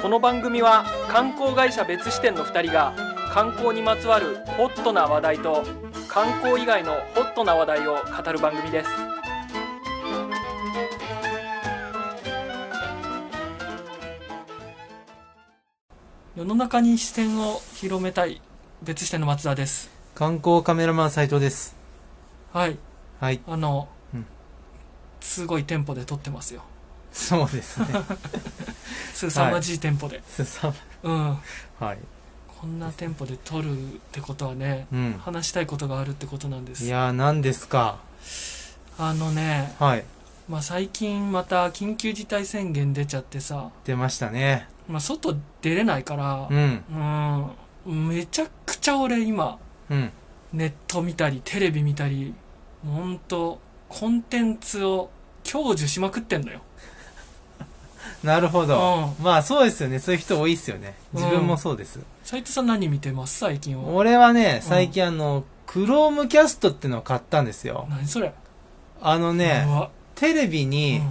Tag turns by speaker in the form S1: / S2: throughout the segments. S1: この番組は観光会社別支店の2人が観光にまつわるホットな話題と観光以外のホットな話題を語る番組です世の中に視線を広めたい別支店の松田です
S2: 観光カメラマン斉藤です。
S1: はい
S2: はい。
S1: あの、
S2: うん
S1: すごいテンポで撮ってますよ
S2: そうですね。
S1: すさまじいテンポで、
S2: すさ
S1: うん
S2: ま。はい。
S1: こんなテンポで撮るってことはね
S2: うん。
S1: 話したいことがあるってことなんで
S2: い
S1: す
S2: やー、何ですか。
S1: あのね、
S2: はい。
S1: まあ、最近また緊急事態宣言出ちゃってさ、
S2: 出ましたね。
S1: まあ、外出れないから
S2: うん。
S1: うんめちゃくちゃ俺今
S2: うん。
S1: ネット見たりテレビ見たりもうほんとコンテンツを享受しまくってんのよ
S2: なるほど。
S1: うん
S2: まあそうですよね。そういう人多いですよね。自分もそうです。
S1: 斉藤さん何見てます最近は
S2: 俺はね、最近あの、クロームキャストってのを買ったんですよ。
S1: 何それ
S2: あの
S1: う
S2: ね、
S1: わ
S2: テレビ
S1: うん
S2: に、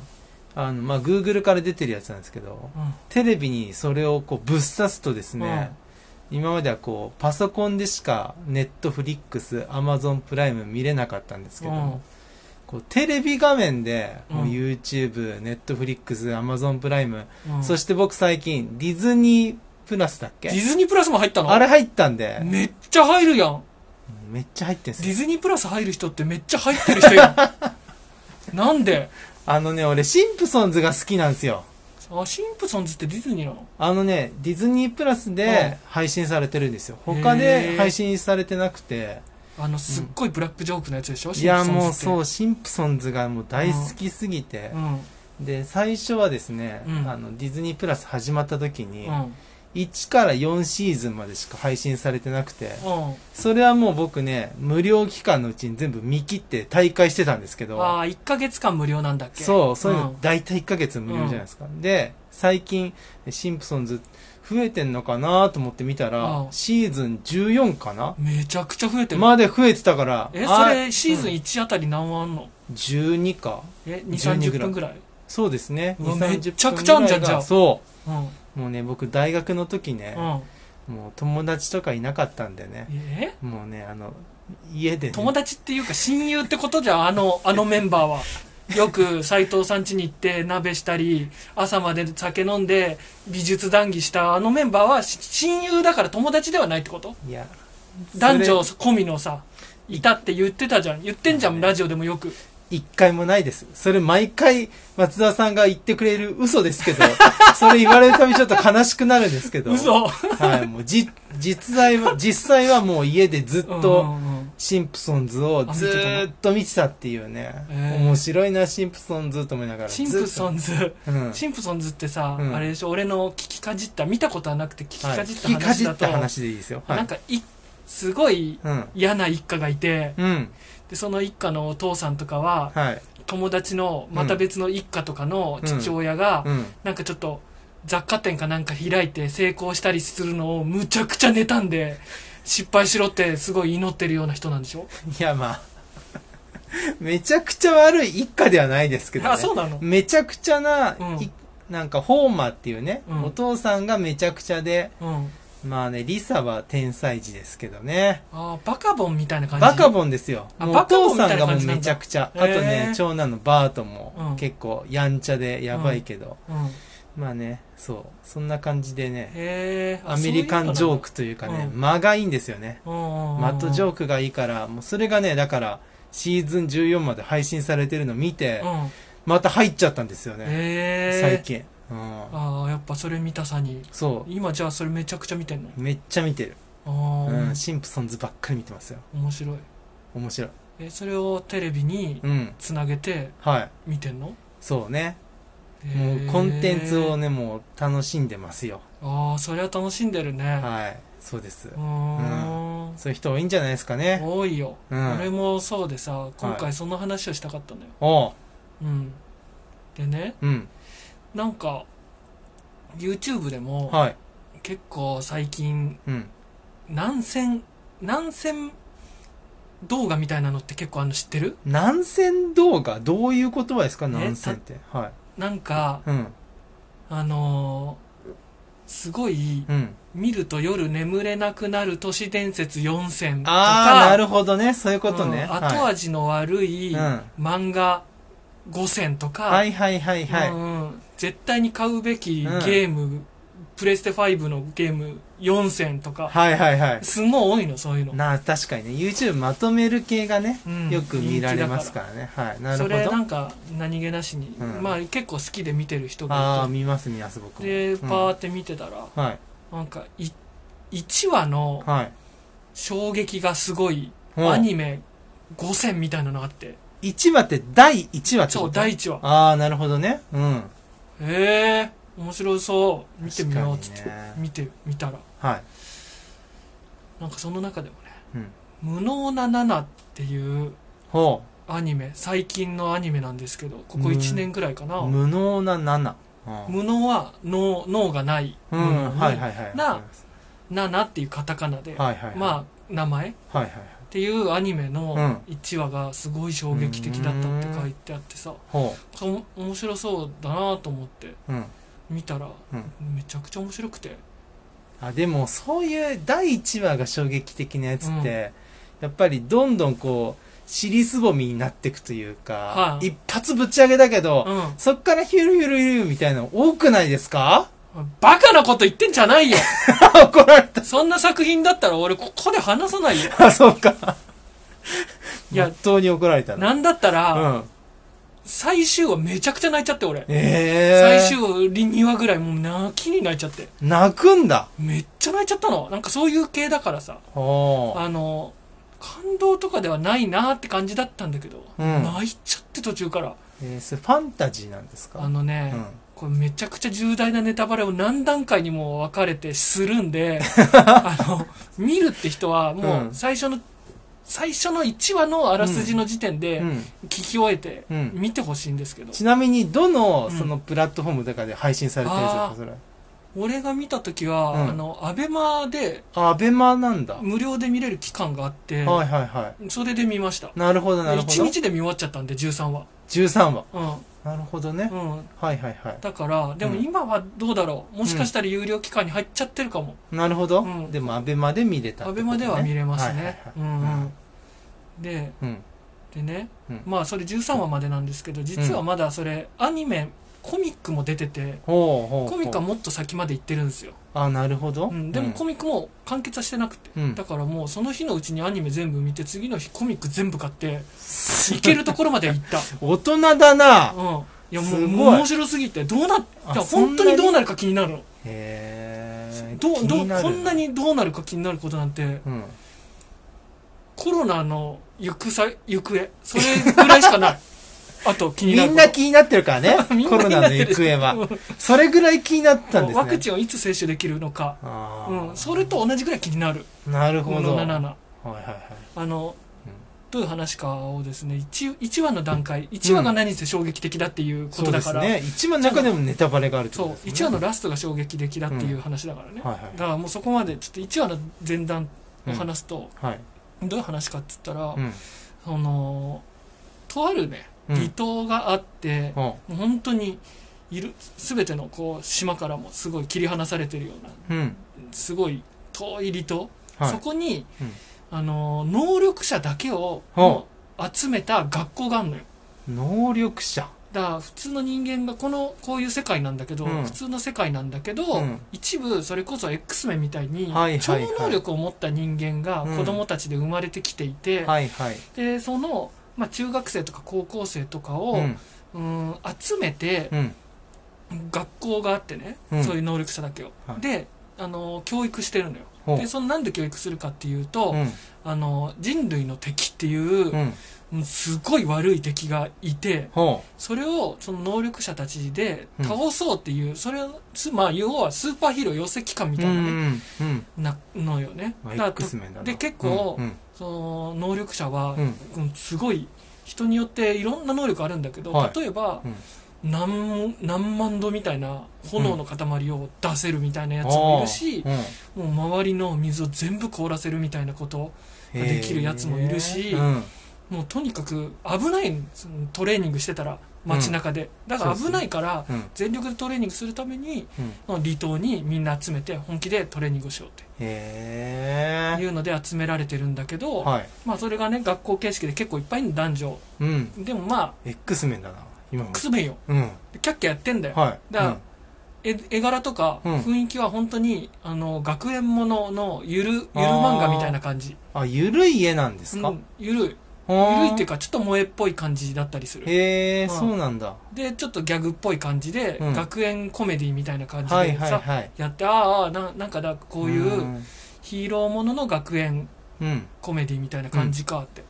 S2: あの、まあ Google から出てるやつなんですけど、
S1: うん
S2: テレビにそれをこうぶっ刺すとですね、今まではこうパソコンでしかネットフリックスアマゾンプライム見れなかったんですけど、
S1: うん
S2: こうテレビ画面でもううん YouTube、ネットフリックスアマゾンプライム、
S1: うん
S2: そして僕最近ディズニープラスだっけ
S1: ディズニープラスも入ったの
S2: あれ入ったんで、
S1: めっちゃ入るやん
S2: めっちゃ入ってんす
S1: ディ
S2: よ
S1: ズニープラス入る人ってめっちゃ入ってる人 やんなんで
S2: あのね俺シンプソンズが好きなんですよ
S1: あシンプソンズってディズニーなの
S2: あのねディズニープラスで配信されてるんですよ
S1: へー
S2: 他で配信されてなくて
S1: あのすっごいブラックジョークのやつでしょ、
S2: いやもうそううシンプソンズがもう大好きすぎて
S1: う、ん
S2: で最初はですね、
S1: うん
S2: あのディズニープラス始まった時
S1: う
S2: に、
S1: んうん
S2: 1から4シーズンまでしか配信されてなくて、それはもう僕ね、無料期間のうちに全部見切って大会してたんですけ
S1: あ
S2: ど、
S1: あ1ヶ月間無料なんだっけ
S2: そう、そういう
S1: うん
S2: の大体1ヶ月無料じゃないですか。で、最近、シンプソンズ増えてんのかなと思って見たら
S1: う、ん
S2: シーズン14かな
S1: めちゃくちゃ増えてる、
S2: まで増えてたから、
S1: え
S2: あ
S1: それシーズン1あたり何話あんの、
S2: 12か。
S1: え2 3
S2: 12
S1: 0分ぐらい、
S2: そうですね。
S1: うわ
S2: 2 30
S1: めちゃくちゃあんじゃん
S2: 分ぐらいが
S1: じゃあ
S2: そ
S1: うん
S2: う。もうね、僕大学の時ね、
S1: うん、
S2: もう友達とかいなかったんでね、
S1: え
S2: もうね、あの、家でね、
S1: 友達っていうか親友ってことじゃんあ のあのメンバーはよく斎藤さん家に行って鍋したり朝まで酒飲んで美術談義したあのメンバーはし親友だから友達ではないってこと
S2: いや、
S1: 男女
S2: そ
S1: 込みのさいたって言ってたじゃん言ってんじゃん、
S2: まあね
S1: ラジオでもよく
S2: れ一回もないです。それ毎回松田さんが言ってくれる嘘ですけど、 それ言われるたびちょっと悲しくなるんですけど。
S1: 嘘
S2: はい、もうじ、実在は、実際はもう家でずっ
S1: う
S2: と、
S1: んうんうん
S2: シンプソンズをずーっと見てたっていう
S1: あ
S2: ね。
S1: 見てたのへー
S2: 面白いな、シンプソンズと思いながら。
S1: シンプソ
S2: ン
S1: ンズ
S2: うん。
S1: シンプソンズってさ、
S2: うん
S1: あれでしょ俺の聞きかじった見たことはなくて聞き
S2: はい
S1: かじった
S2: 聞きか
S1: 話
S2: じ
S1: だ
S2: っ
S1: と、
S2: た話でいいですよ。は
S1: なん
S2: い。
S1: かいすごい
S2: うん。
S1: 嫌な一家がいて
S2: うん。
S1: でその一家のお父さんとかは
S2: はい。
S1: 友達のまた別の一家とかの父親が、
S2: うん。
S1: なんかちょっと雑貨店かなんか開いて成功したりするのをむちゃくちゃ妬んで失敗しろってすごい祈ってるような人なんでしょ、
S2: いや、まあ、 めちゃくちゃ悪い一家ではないですけどね。
S1: あそうなの
S2: めちゃくちゃな、
S1: うん
S2: いなんか、ホーマーっていうね、
S1: うん
S2: お父さんがめちゃくちゃで、
S1: うん
S2: まあね、リサは天才児ですけどね。
S1: あーバカボンみたいな感じ
S2: バカボンですよ。
S1: あ
S2: もう
S1: バ
S2: お
S1: カボン
S2: 父
S1: みた
S2: さ
S1: い
S2: ん
S1: な
S2: がも
S1: 感
S2: う
S1: じなんだ
S2: めちゃくちゃ。あ
S1: へー
S2: とね、長男のバート
S1: うん
S2: も結構やんちゃでやばいけど。
S1: うん、へ
S2: まあね、そう。そんな感じでね、
S1: え
S2: アメリカンジョークというかね、
S1: う
S2: 間がいいんですよね。マ
S1: マ
S2: ットジョー
S1: ク
S2: クがいいから、もうそれがね、だから、シーズン14まで配信されてるの見て
S1: う、ん
S2: また入っちゃったんですよね。
S1: へえ
S2: 最近。うん。
S1: ああやっぱそれ見たさに
S2: そ
S1: 今じゃあそれめちゃくちゃ見てんの
S2: う。めっちゃ見てる。
S1: ああ、
S2: うん。シンプソンズばっかり見てますよ。
S1: 面白い
S2: 面白い。
S1: えそれをテレビに
S2: うん。
S1: つなげて
S2: はい。
S1: 見てんの
S2: そうね。も
S1: へ
S2: う
S1: ー
S2: コンテンツをね、もう楽しんでますよ。
S1: ああそれは楽しんでるね、
S2: はい。そうです
S1: う。ーん
S2: そういう人多いんじゃないですかね。
S1: 多いよ、
S2: うん
S1: 俺もそうでさ今
S2: は
S1: 回その話をしたかったのよ、
S2: おう。
S1: うんでね
S2: うん。
S1: なんか YouTube でも
S2: はい。
S1: 結構最近
S2: うん。
S1: 何千何千動画みたいなのって結構あるの知ってる
S2: 南線動画どういう言葉ですか南線って。はい。
S1: なんか
S2: うん。
S1: あのーすごい
S2: うん。
S1: 見ると夜眠れなくなる都市伝説4選と
S2: ああ、な
S1: か
S2: るほどね。そういうことね。
S1: うん後味の悪い
S2: うん
S1: 漫画5選とか、
S2: はいはいはいはい。
S1: う
S2: はい
S1: んうん絶対に買うべきゲ
S2: うん
S1: ーム、プレステ5のゲーム4選とか
S2: はいはいはい。
S1: すごい多いのそういうの
S2: なあ、確かにね。YouTube まとめる系がね
S1: うん、
S2: よく見られますからね。はい。なる
S1: そ
S2: ほ
S1: れな
S2: ど。
S1: んか何気なしに、
S2: うん
S1: まあ結構好きで見てる人
S2: ああ、
S1: が
S2: 見ます見ます、僕
S1: い
S2: も。
S1: てで
S2: うん
S1: パーって見てたら、
S2: はい。
S1: なんかい1話の
S2: はい。
S1: 衝撃がすごい
S2: うん
S1: アニメ5選みたいなのあって
S2: 1話って第1話って
S1: そ
S2: こと
S1: う第1話
S2: ああ、なるほどね。うん。
S1: へえ面白そう見てみようっつって、
S2: 確かにね
S1: 見てみたら
S2: はい。
S1: なんかその中でもね
S2: うん。
S1: 「無能なナナ」っていう
S2: ほ
S1: アニメ最近のアニメなんですけどここ
S2: うん
S1: 1年くらいかな、
S2: う。無能な7。うん。
S1: 無能は脳脳がない、
S2: うん。はい
S1: い、
S2: はいはい。
S1: な
S2: わかります
S1: ナナっていうカタカナで、
S2: はいはいはい。
S1: まあ名前っ
S2: あ。はいはいはい。
S1: ていうアニメの
S2: う
S1: 1話がすごい衝撃的だったって書いてあってさ
S2: ほ
S1: おも面白そうだなと思って
S2: う。うん。
S1: 見たら
S2: うん。
S1: めちゃくちゃ面白くて
S2: あでもそういう第1話が衝撃的なやつって、やっぱりどんどんこう尻すぼみになっていくというか、
S1: はい
S2: 一発ぶち上げだけど、
S1: うん
S2: そっからヒュルヒュルヒュルみたいなの多くないですか
S1: バカなこと言ってんじゃないよ
S2: 怒られた
S1: そんな作品だったら俺ここで話さないよ
S2: あそうか
S1: いや
S2: 本当に怒られたな
S1: なんだったら、
S2: うん
S1: 最終話めちゃくちゃ泣いちゃって俺
S2: ええー、
S1: 最終2話ぐらいもう泣きに泣いちゃって
S2: 泣くんだ
S1: めっちゃ泣いちゃったのなんかそういう系だからさ
S2: ほう
S1: あの感動とかではないなーって感じだったんだけど、
S2: うん
S1: 泣いちゃって途中から
S2: えー、それファンタジーなんですか
S1: あのね、
S2: うん
S1: これめちゃくちゃ重大なネタバレを何段階にも分かれてするん であの見るって人はもう
S2: うん
S1: 最初の、最初の1話のあらすじの時点で
S2: うん
S1: 聞き終えて
S2: うん
S1: 見てほしいんですけど、
S2: ちなみにどの
S1: うん
S2: そのプラットフォームとかで配信されてるんです
S1: あ
S2: か
S1: ー
S2: それ
S1: 俺が見た時は、
S2: うん
S1: あのアベマで
S2: あアベマなんだ、
S1: 無料で見れる期間があって、
S2: はいはいはい
S1: それで見ました
S2: なるほど、なるほど。
S1: 1日で見終わっちゃったんで13話
S2: 13話。
S1: う
S2: なるほどね。
S1: んうん
S2: はいはいは
S1: だからでも
S2: うん
S1: 今はどうだろうもしかしたら有料期間に入っちゃってるかも、
S2: い。なるほど。
S1: うん
S2: でも、アベマで見れたって
S1: ア
S2: こと
S1: ベ
S2: ね、
S1: マでは見れます
S2: はいはい
S1: ね
S2: はい
S1: うんうんで
S2: うん。
S1: でね、
S2: うん
S1: まあそれ13話までなんですけど実はまだそれアニメコミックも出てて
S2: ほうほうほう。
S1: コミックはもっと先まで行ってるんですよ、
S2: あ、なるほど。
S1: うん、でもコ
S2: ミ
S1: ミックも完結はしてなくて、
S2: うん
S1: だからもうその日のうちにアニメ全部見て次の日コミック全部買って
S2: ッ
S1: いけるところまでは行 った
S2: 大人だな
S1: うんいやも
S2: す
S1: う
S2: ごい
S1: 面白すぎてどうなっ
S2: あそんなに
S1: 本当にどうなるか気になるの
S2: へえ。
S1: どう
S2: 気
S1: どう
S2: なる
S1: こんな。にどうなるか気になることなんて
S2: うん。
S1: コロナの行くさ行方それぐらいしか ないあと気にな
S2: み
S1: る
S2: ん
S1: こ
S2: な
S1: と
S2: 気になってるからね
S1: み。ん
S2: コ
S1: な気
S2: ロ
S1: に
S2: ナ
S1: なっ
S2: の
S1: てる
S2: 行方は。それぐらい気になったんですね。
S1: ワクチンをいつ接種できるのか、
S2: あー
S1: うん、それと同じぐらい気になる
S2: なる
S1: こ
S2: ほ
S1: の
S2: ど。はい
S1: 77
S2: はいはい。
S1: あの、
S2: うん
S1: どういう話かをですね 1, 1話の段階1話が何せ衝撃的だっていうこ
S2: そ
S1: と
S2: うで
S1: だか
S2: す
S1: ら、
S2: ね。一番中でもネタバレがあるって
S1: そ
S2: こ
S1: う
S2: とですね。
S1: 1話のラストが衝撃的だっていう話だからね、
S2: はいはい
S1: だからもうそこまでちょっと1話の前段を話すと、
S2: はい。
S1: どういう話かっつったら、
S2: うん。
S1: そのとあるね
S2: うん
S1: 離島があって、
S2: ほ
S1: もう本当にいる全てのこう島からもすごい切り離されてるような
S2: う。うん。
S1: すごい遠い離島、
S2: はい
S1: そ。こに、
S2: うん
S1: あの能力者だけを
S2: ほ
S1: 集めた学校があるのよ
S2: 能力者。
S1: だから普通の人間がこのこういう世界なんだけど、
S2: うん
S1: 普通の世界なんだけど、
S2: うん
S1: 一部それこそ X メンみたいに
S2: はい
S1: 超
S2: はいはい
S1: 能力を持った人間が
S2: うん
S1: 子供たちで生まれてきていて、
S2: はいはい。
S1: でその、まあ、中学生とか高校生とかを、
S2: うん。
S1: うん集めて
S2: うん。
S1: 学校があってね、
S2: うん
S1: そういう能力者だけを、
S2: はい
S1: であの教育してるのよ
S2: ほう
S1: でそのなんで教育するかっていうと、
S2: うん。
S1: あの人類の敵っていうう、
S2: ん。
S1: もうすごい悪い敵がいて
S2: ほ
S1: それをその能力者たちで
S2: うん
S1: 倒そうっていう、それをすまあ要はスーパーヒーロー養成機関み
S2: う。
S1: たいな,、ね
S2: ん。うん。
S1: なのよね
S2: ま
S1: だ
S2: あ、
S1: から
S2: X メンだな。
S1: で結構
S2: うん。
S1: その能力者は
S2: う、ん。
S1: うんすごい人によっていろんな能力あるんだけど、
S2: はい
S1: 例えば、
S2: うん
S1: 何何万度みたいな炎の塊を出せるみたいなやつ
S2: あ
S1: もい
S2: ー
S1: るし、
S2: うん
S1: もう周りの水を全部凍らせるみたいなことができるやつもいるし
S2: へーうん。
S1: もうとにかく危ないんですトレーニングしてたら街中で、だから危ないから
S2: うん
S1: 全力でトレーニングするために
S2: うん
S1: その離島にみんな集めて本気でトレーニングをしようっ
S2: へ
S1: てい
S2: え
S1: うので集められてるんだけど、
S2: はい
S1: まあそれがね学校形式で結構いっぱいいんの男女
S2: うん
S1: でもま
S2: X メンだな今も
S1: あクスメンよ
S2: うん
S1: キャッキャやってんだよ、
S2: はい
S1: だから絵絵柄とか
S2: うん
S1: 雰囲気は本当に、あの学園もののゆるゆる漫画みたいな感じ
S2: うんあゆるい絵なんですか、
S1: うん、ゆるいゆる
S2: はあ
S1: いっていうかちょっと萌えっぽい感じだったりする
S2: へえ、
S1: うん
S2: そうなんだ
S1: でちょっとギャグっぽい感じで、
S2: うん
S1: 学園コメディみたいな感じでさ、
S2: はいはいはい
S1: やってああななんかだこういうんヒーローものの学園
S2: うん
S1: コメディみたいな感じかって、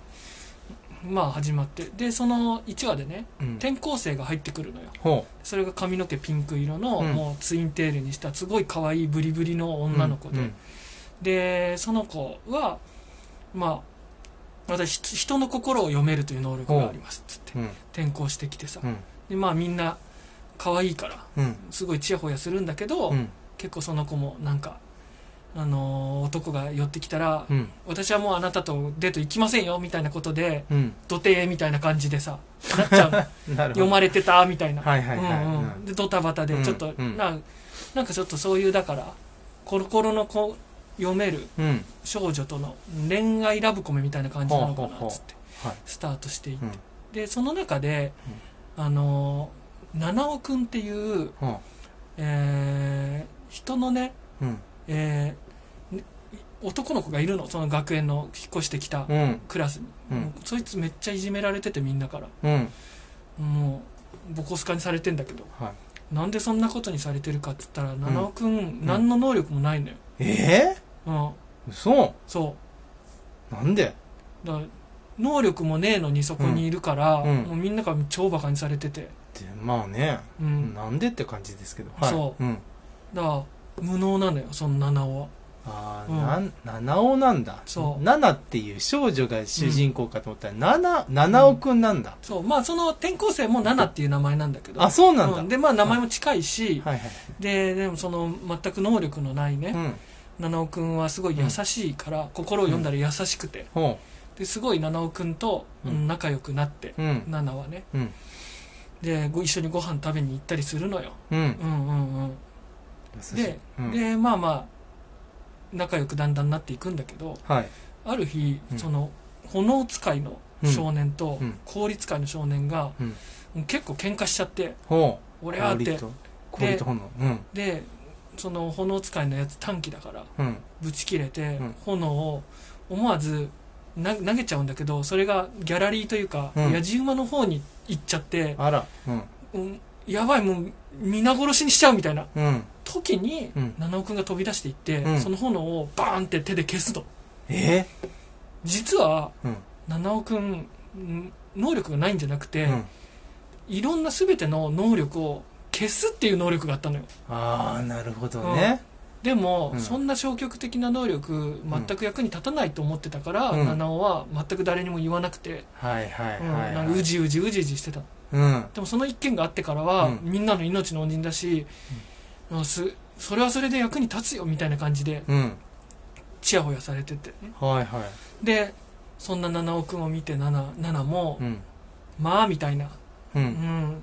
S1: まあ始まってでその1話でね
S2: うん
S1: 転校生が入ってくるのよ
S2: ほ
S1: それが髪の毛ピンク色の、
S2: うん
S1: もうツインテールにしたすごい可愛いブリブリの
S2: う
S1: 女の子で、
S2: うん
S1: でその子はまあ私ひ人の心を読めるという能力がありますっつって
S2: うん
S1: 転校してきてさ
S2: うん
S1: でまあみんな可愛いから
S2: うん
S1: すごいチヤホヤするんだけど、
S2: うん
S1: 結構その子もなんか、あのー男が寄ってきたら、
S2: うん
S1: 私はもうあなたとデート行きませんよみたいなことで
S2: うん
S1: 土手みたいな感じで さなっちゃうの
S2: なるほ
S1: 読
S2: ど
S1: まれてたみたいな
S2: はいはいはい
S1: うんうん、でドタバタでちょっと、
S2: うんうん
S1: ななんかちょっとそういうだから心のこう読める
S2: うんうん
S1: 少女との恋愛ラブコメみたいな感じなのか
S2: ほうほう
S1: な
S2: ほう
S1: っつって
S2: はい
S1: スタートしていって、
S2: うん
S1: でその中で、あの七尾くんっていう、
S2: ほ
S1: えー人のね、
S2: ううん
S1: えーね男の子がいるのその学園の引っ越してきた
S2: うん
S1: クラスに、
S2: うん
S1: もうそいつめっちゃいじめられててみんなから
S2: うん
S1: もうボコスカにされてんだけど
S2: はい
S1: なんでそんなことにされてるかっつったら七尾くん何の能力もないのよ、
S2: え
S1: うん
S2: ー、嘘
S1: そ
S2: なんで
S1: うだから能力もねえのにそこにいるから、
S2: うんうん
S1: もうみんなが超バカにされてて
S2: でまあね、
S1: うん
S2: なんでって感じですけど、、
S1: そう
S2: うん、
S1: だから無能なのよその七尾は
S2: あ
S1: うん
S2: あ、なん、七尾なんだ
S1: そう
S2: 七っていう少女が主人公かと思ったら、七七尾くんなんだ、
S1: そうまあその転校生も七っていう名前なんだけど
S2: あそうなんだ、
S1: うんでまあ名前も近いし、
S2: はいはい
S1: ででもその全く能力のないね、
S2: うん
S1: 七尾くんはすごい優しいから、心を読んだら優しくて
S2: ほ
S1: ですごい七尾くんと
S2: うん
S1: うん仲良くなって、
S2: ううん
S1: ナナはね
S2: うん
S1: でご一緒にご飯食べに行ったりするのよ、
S2: うん
S1: うんうんうん
S2: 優しい
S1: で
S2: うん、
S1: でまあまあ仲良くだんだんなっていくんだけど
S2: はい
S1: ある日、
S2: うん
S1: その炎使いの少年と
S2: うん
S1: 氷使いの少年が、
S2: うん
S1: もう結構喧嘩しちゃって
S2: ほう
S1: 俺はって
S2: 氷と氷と炎うん
S1: でその炎使いのやつ短期だから
S2: うん
S1: ぶち切れて、
S2: うん
S1: 炎を思わずな投げちゃうんだけどそれがギャラリーというか、
S2: うん
S1: やじ馬の方に行っちゃって、
S2: あらうん
S1: うんやばいもう皆殺しにしちゃうみたいな
S2: うん
S1: 時に、
S2: うん
S1: 七尾くんが飛び出していって、
S2: うん
S1: その炎をバーンって手で消すと
S2: え
S1: 実は
S2: うん
S1: 七尾くんん能力がないんじゃなくて、
S2: うん
S1: いろんな全ての能力を消すっていう能力があったのよ
S2: ああなるほどね、
S1: でも、
S2: うん
S1: そんな消極的な能力全く役に立たないと思ってたから、
S2: うん
S1: 七尾は全く誰にも言わなくて、
S2: はいはい
S1: うん
S2: はい、
S1: な
S2: はい
S1: んかうじうじうじうじしてた
S2: うん
S1: でもその一件があってからは、
S2: うん
S1: みんなの命の恩人だし、うんすそれはそれで役に立つよみたいな感じで
S2: うん
S1: チヤホヤされてて
S2: はいはい
S1: でそんな七尾くんを見て七七も、
S2: うん
S1: まあみたいな、う
S2: う
S1: んん、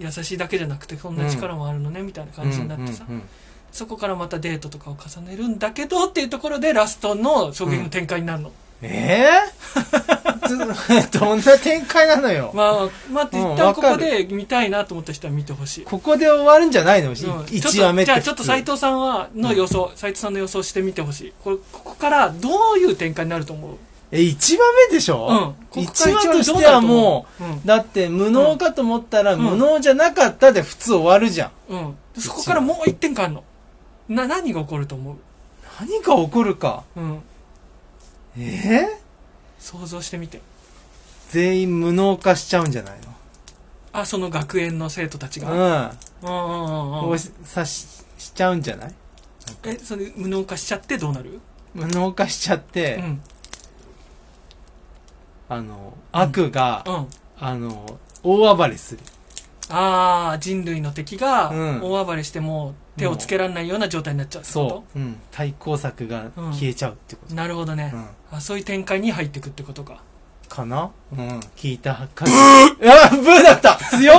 S1: 優しいだけじゃなくてこんな力もあるのね、みたいな感じになってさ、
S2: うんうん
S1: そこからまたデートとかを重ねるんだけどっていうところでラストの衝撃の展開になるの、
S2: え え どんな展開なのよ。
S1: まあまあ
S2: うん
S1: 一旦ここ
S2: わか
S1: で見たいなと思った人は見てほしい、
S2: ここで終わるんじゃない
S1: う
S2: の、い
S1: んちょっと
S2: 一話目っ
S1: じ
S2: て。
S1: ゃあちょっと斎藤さんはの予想斎、藤さんの予想してみてほしいこれここからどういう展開になると思う
S2: え、一話目でしょ
S1: うんここ
S2: 一
S1: から
S2: 話
S1: 一話
S2: と
S1: 目
S2: し
S1: どう
S2: て
S1: な
S2: は
S1: ると思
S2: も
S1: ううん
S2: う、だって無能かと思ったら、
S1: うん
S2: 無能じゃなかったで普通終わるじゃん。
S1: うんそこからもう一点変わるのな何が起こると思
S2: 何か起こるか。
S1: ううん
S2: え
S1: 想像してみて
S2: 全員無能化しちゃうんじゃない
S1: あその学園の生徒たちが、うん、
S2: の
S1: うんうん
S2: うん。
S1: う
S2: を
S1: ん
S2: さし、しちゃうんじゃない
S1: えそれ無能化しちゃってどうなる
S2: 無能化しちゃっ
S1: う
S2: て、
S1: ん
S2: あの、悪が、
S1: うん
S2: あの、大暴れする。
S1: ああ人類の敵が
S2: うん
S1: 大暴れしてもう手をつけられないような状態になっちゃうってこと
S2: そう、うん、対抗策が消えちゃうってこと、
S1: なるほどね、
S2: うん
S1: あそういう展開に入っていくってことか
S2: かなうん。聞いた感じ。ブ ーあ、ブーだった強っ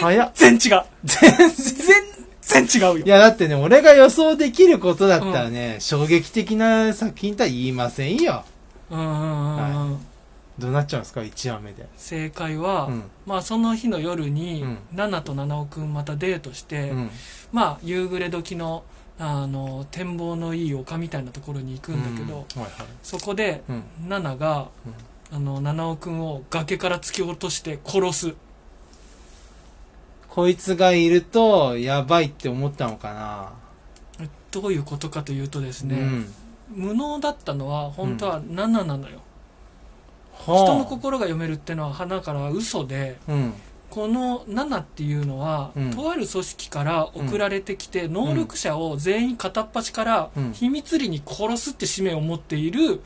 S2: 早っ
S1: 全然違う。全然違うよ
S2: い。や、だってね、俺が予想できることだったらね、衝撃的な作品とは言いませんよ。
S1: うんうんうんうん。
S2: どうなっちゃうんですか一話目で。
S1: 正解は、
S2: うん
S1: まあその日の夜に、
S2: うん
S1: ナナと七尾くんまたデートして、
S2: うん。
S1: まあ夕暮れ時の、あの、展望のいい丘みたいなところに行くんだけど、
S2: うんはいはい。
S1: そこで、
S2: うん。
S1: ナナが、あの、七尾くんを崖から突き落として殺す。
S2: こいつがいると、やばいって思ったのかな。
S1: どういうことかというとですね、
S2: うん。
S1: 無能だったのは本当はナナなのよ、
S2: はあ
S1: 人の心が読めるってのは花から嘘で
S2: うん。
S1: このナナっていうのは、
S2: うん
S1: とある組織から送られてきて、能力者を全員片っ端から
S2: うん
S1: 秘密裏に殺すって使命を持っている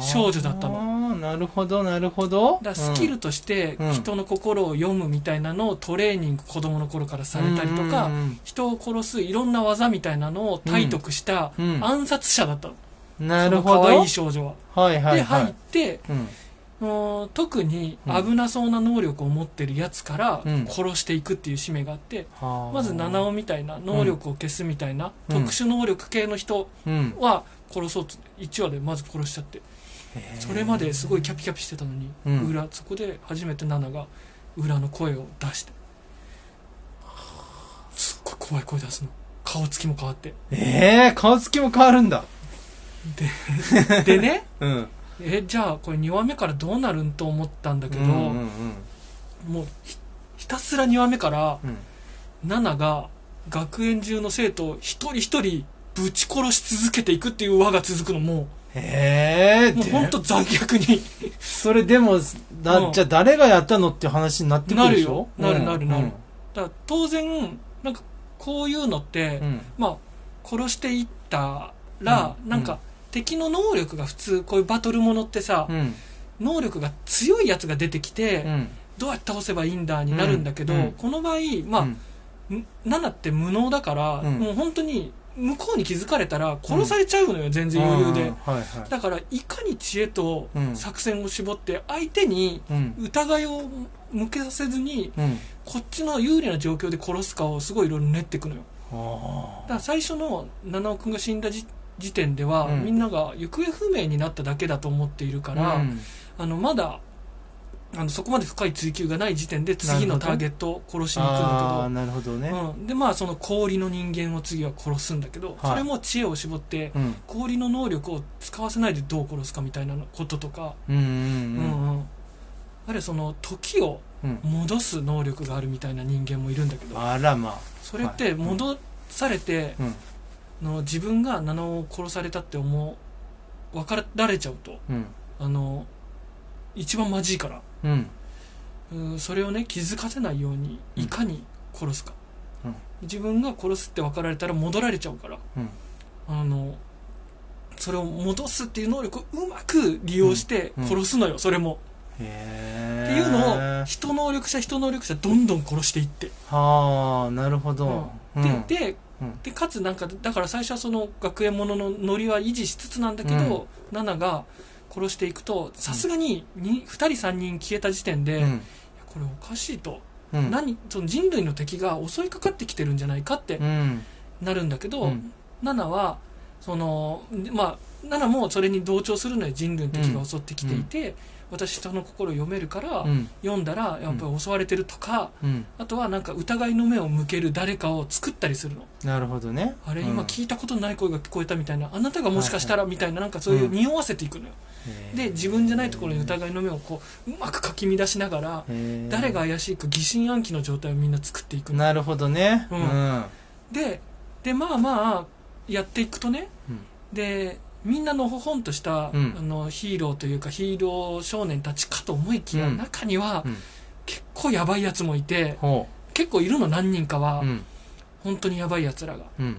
S1: 少女だった
S2: の。なるほど、なるほど。
S1: だからスキルとして
S2: うん
S1: 人の心を読むみたいなのをトレーニング子供の頃からされたりとか、
S2: うんうん
S1: 人を殺すいろんな技みたいなのを体得した
S2: うん
S1: 暗殺者だったの、
S2: うんなるほど。
S1: その可愛い少女は。
S2: はいはい
S1: で
S2: はい。
S1: 入って
S2: うん。
S1: もう特に危なそうな能力を持ってるやつから
S2: うん
S1: 殺していくっていう使命があって、
S2: はあ
S1: まず七尾みたいな能力を消すみたいな、
S2: うん
S1: 特殊能力系の人
S2: うん。
S1: は殺そうっつって1話でまず殺しちゃってそれまですごいキャピキャピしてたのに、
S2: うん
S1: 裏そこで初めてナナが裏の声を出してすっごい怖い声出すの顔つきも変わ って
S2: ええ顔つきも変わるんだ。
S1: でね
S2: うん。
S1: えじゃあこれ2話目からどうなるんと思ったんだけど、
S2: うんうんうん
S1: もうひひたすら2話目から
S2: うん。
S1: ナナが学園中の生徒を一人一人ぶち殺し続けていくっていう輪が続くのも
S2: ええ
S1: うもうほんと残虐に
S2: それでも、だ
S1: うん
S2: じゃあ誰がやったのっていう話になってくるでしょ
S1: なるよなる
S2: うん
S1: なるなるだから当然なんかこういうのって、
S2: うん。
S1: まあ殺していったら、
S2: うん
S1: なんか、
S2: うん
S1: 敵の能力が普通こういうバトルものってさ、
S2: うん。
S1: 能力が強いやつが出てきて、
S2: うん。
S1: どうやって倒せばいいんだになるんだけど、
S2: うんうん
S1: この場合まあ、
S2: うん
S1: んナナって無能だから、
S2: うん
S1: もう本当に向こうに気づかれたら殺されちゃうのよ、全然余裕で、
S2: うんはいは
S1: だからいかに知恵と
S2: うん
S1: 作戦を絞って相手に
S2: い。うん。
S1: 疑いを向けさせずに
S2: うん。
S1: こっちの有利な状況で殺すかをすごいいろいろ練っていくのよ
S2: あ
S1: だ
S2: あ。
S1: から最初の七尾くんが死んだじ時点では、
S2: うん
S1: みんなが行方不明になっただけだと思っているから、
S2: うん
S1: あのまだあのそこまで深い追求がない時点で次のターゲットを殺しに行くん
S2: ああ、
S1: だ
S2: なるほど
S1: け
S2: ね。
S1: ど、うん、でまあその氷の人間を次は殺すんだけど、
S2: はい
S1: それも知恵を絞って
S2: うん。
S1: 氷の能力を使わせないでどう殺すかみたいなのこととか、
S2: うんう
S1: うん
S2: ん
S1: うんあるいはその時を
S2: うん。うん。
S1: 戻す能力があるみたいな人間もいるんだけど
S2: あらまあ。
S1: それって戻されて、
S2: うん。
S1: の自分が七尾を殺されたって思う分かられちゃうと
S2: うん。
S1: あの一番まじいから
S2: うん。
S1: うんそれをね気づかせないように
S2: うん
S1: いかに殺すか、
S2: うん
S1: 自分が殺すって分かられたら戻られちゃうから
S2: うん。
S1: あのそれを戻すっていう能力をうまく利用して
S2: うんうん
S1: 殺すのよ、それも、
S2: へえ。
S1: っていうのを人能力者人能力者どんどん殺していって、
S2: はあ、なるほど。うん
S1: でで
S2: うん
S1: でかつなんかだから最初はその学園もののノリは維持しつつなんだけど、ナナが殺していくとさすがに 2, 人3人消えた時点で、
S2: う
S1: いや
S2: ん。
S1: これおかしいと、
S2: うん。
S1: 何その人類の敵が襲いかかってきてるんじゃないかって
S2: うん。
S1: なるんだけど、
S2: うん
S1: ナナはそのまあナナもそれに同調するのよ人類の敵が襲ってきていて、私人の心を読めるから、
S2: うん。
S1: 読んだらやっぱり襲われてるとか、
S2: うん。
S1: あとはなんか疑いの目を向ける誰かを作ったりするの。
S2: なるほどね。
S1: あれ、
S2: うん
S1: 今聞いたことない声が聞こえたみたいなあなたがもしかしたらみたいななんかそういう匂わせていくのよ、
S2: へー
S1: で自分じゃないところに疑いの目をこううまくかき乱しながら
S2: へー
S1: 誰が怪しいか疑心暗鬼の状態をみんな作っていくの
S2: なるほどね。
S1: う
S2: うんん。うん。
S1: ででまあまあやっていくとねでみんなのほほんとした、
S2: うん
S1: あのヒーローというかヒーロー少年たちかと思いきや、
S2: うん
S1: 中には
S2: うん
S1: 結構やばいやつもいて
S2: ほ
S1: 結構いるの何人かは、
S2: う。うん。
S1: 本当にやばいやつらが
S2: うん。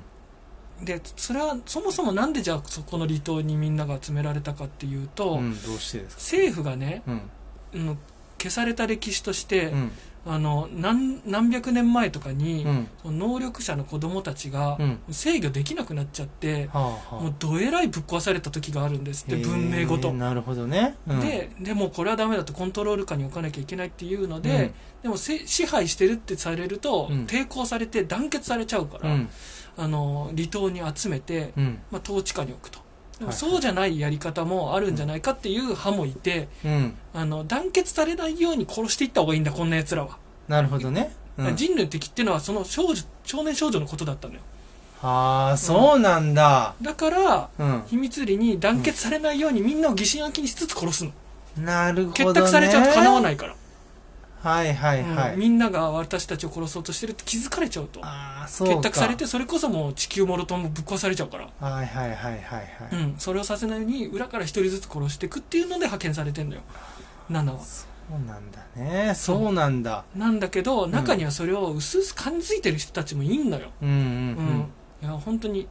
S1: でそれはそもそもなんでじゃあそこの離島にみんなが集められたかっていうと、
S2: うん。どうしてですか
S1: 政府がね、
S2: うん。
S1: うん、消された歴史として、
S2: うん。
S1: あの何何百年前とかに、
S2: うん
S1: その能力者の子供たちが
S2: うん
S1: 制御できなくなっちゃって、
S2: はあはあ
S1: もうどえらいぶっ壊された時があるんですって
S2: へえ
S1: 文明ごと。
S2: なるほどね、うん
S1: ででもこれはダメだとコントロール下に置かなきゃいけないっていうので、でもせ支配してるってされると、
S2: うん
S1: 抵抗されて団結されちゃうか
S2: う
S1: ら、
S2: ん
S1: あの離島に集めて、
S2: うん
S1: まあ、統治下に置くとでも
S2: はい
S1: そうじゃないやり方もあるんじゃないかっていう派もいて
S2: うん
S1: あの団結されないように殺していった方がいいんだこんな奴らは、
S2: なるほどね、うん、
S1: 人類の敵っていうのはその少女少年少女のことだったのよ
S2: はあそうなんだ
S1: だから
S2: うん、
S1: 秘密裏に団結されないようにみんなを疑心暗鬼にしつつ殺すの、
S2: なるほど、ね、
S1: 結託されちゃうとかなわないいから
S2: はいはいはい、
S1: うんみんなが私たちを殺そうとしてるって気づかれちゃうと
S2: ああそうか
S1: 結託されてそれこそもう地球もろともぶっ壊されちゃうから、
S2: はいはいはいはいはい、
S1: うん、それをさせないように裏から一人ずつ殺していくっていうので派遣されてんのよナナは
S2: そうなんだねそうなんだ
S1: なんだけど
S2: ん
S1: 中にはそれを薄々感づいてる人たちもいんのよ、
S2: うんうん
S1: う
S2: うんん、
S1: いや本当に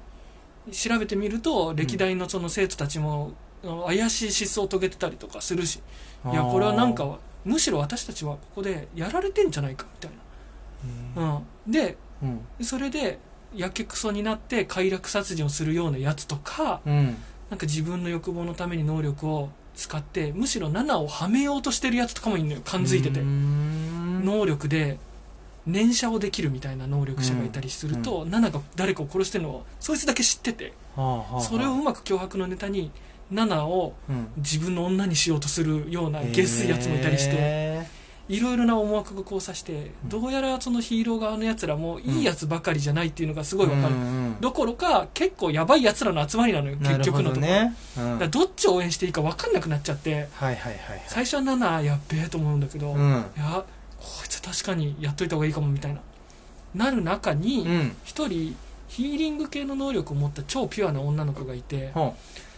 S1: 調べてみると歴代のその生徒たちもあの怪しい思想を遂げてたりとかするしいや
S2: あー
S1: これはなんかむしろ私たちはここでやられてんじゃないかみたいな、うん、で
S2: うん
S1: それでやけくそになって快楽殺人をするようなやつとか
S2: うん
S1: なんか自分の欲望のために能力を使ってむしろ7をはめようとしてるやつとかもいるのよ感づいてて
S2: うーん
S1: 能力で連射をできるみたいな能力者がいたりすると、ナナが誰かを殺してるのをそいつだけ知ってて
S2: はあはあはあ
S1: それをうまく脅迫のネタにナナを
S2: うん
S1: 自分の女にしようとするようなゲスいやつもいたりして
S2: へ
S1: いろいろな思惑が交差してどうやらそのヒーロー側のやつらもいいやつばかりじゃないっていうのがす
S2: ー
S1: ごいわかる、
S2: うんうん
S1: どころか結構やばいやつらの集まりなのよ結
S2: なる
S1: 局
S2: ほ
S1: の
S2: ど
S1: ところ、
S2: ね、う
S1: だ
S2: ん、は
S1: から
S2: い
S1: どっちを応援していいか分かんなくなっちゃって
S2: はいはいはい
S1: 最初はナナやっべえと思うんだけど、
S2: うん
S1: いやこいつ確かにやっといた方がいいかもみたいななる中
S2: う
S1: に
S2: ん
S1: 一人ヒーリング系の能力を持った超ピュアな女の子がいて
S2: ほ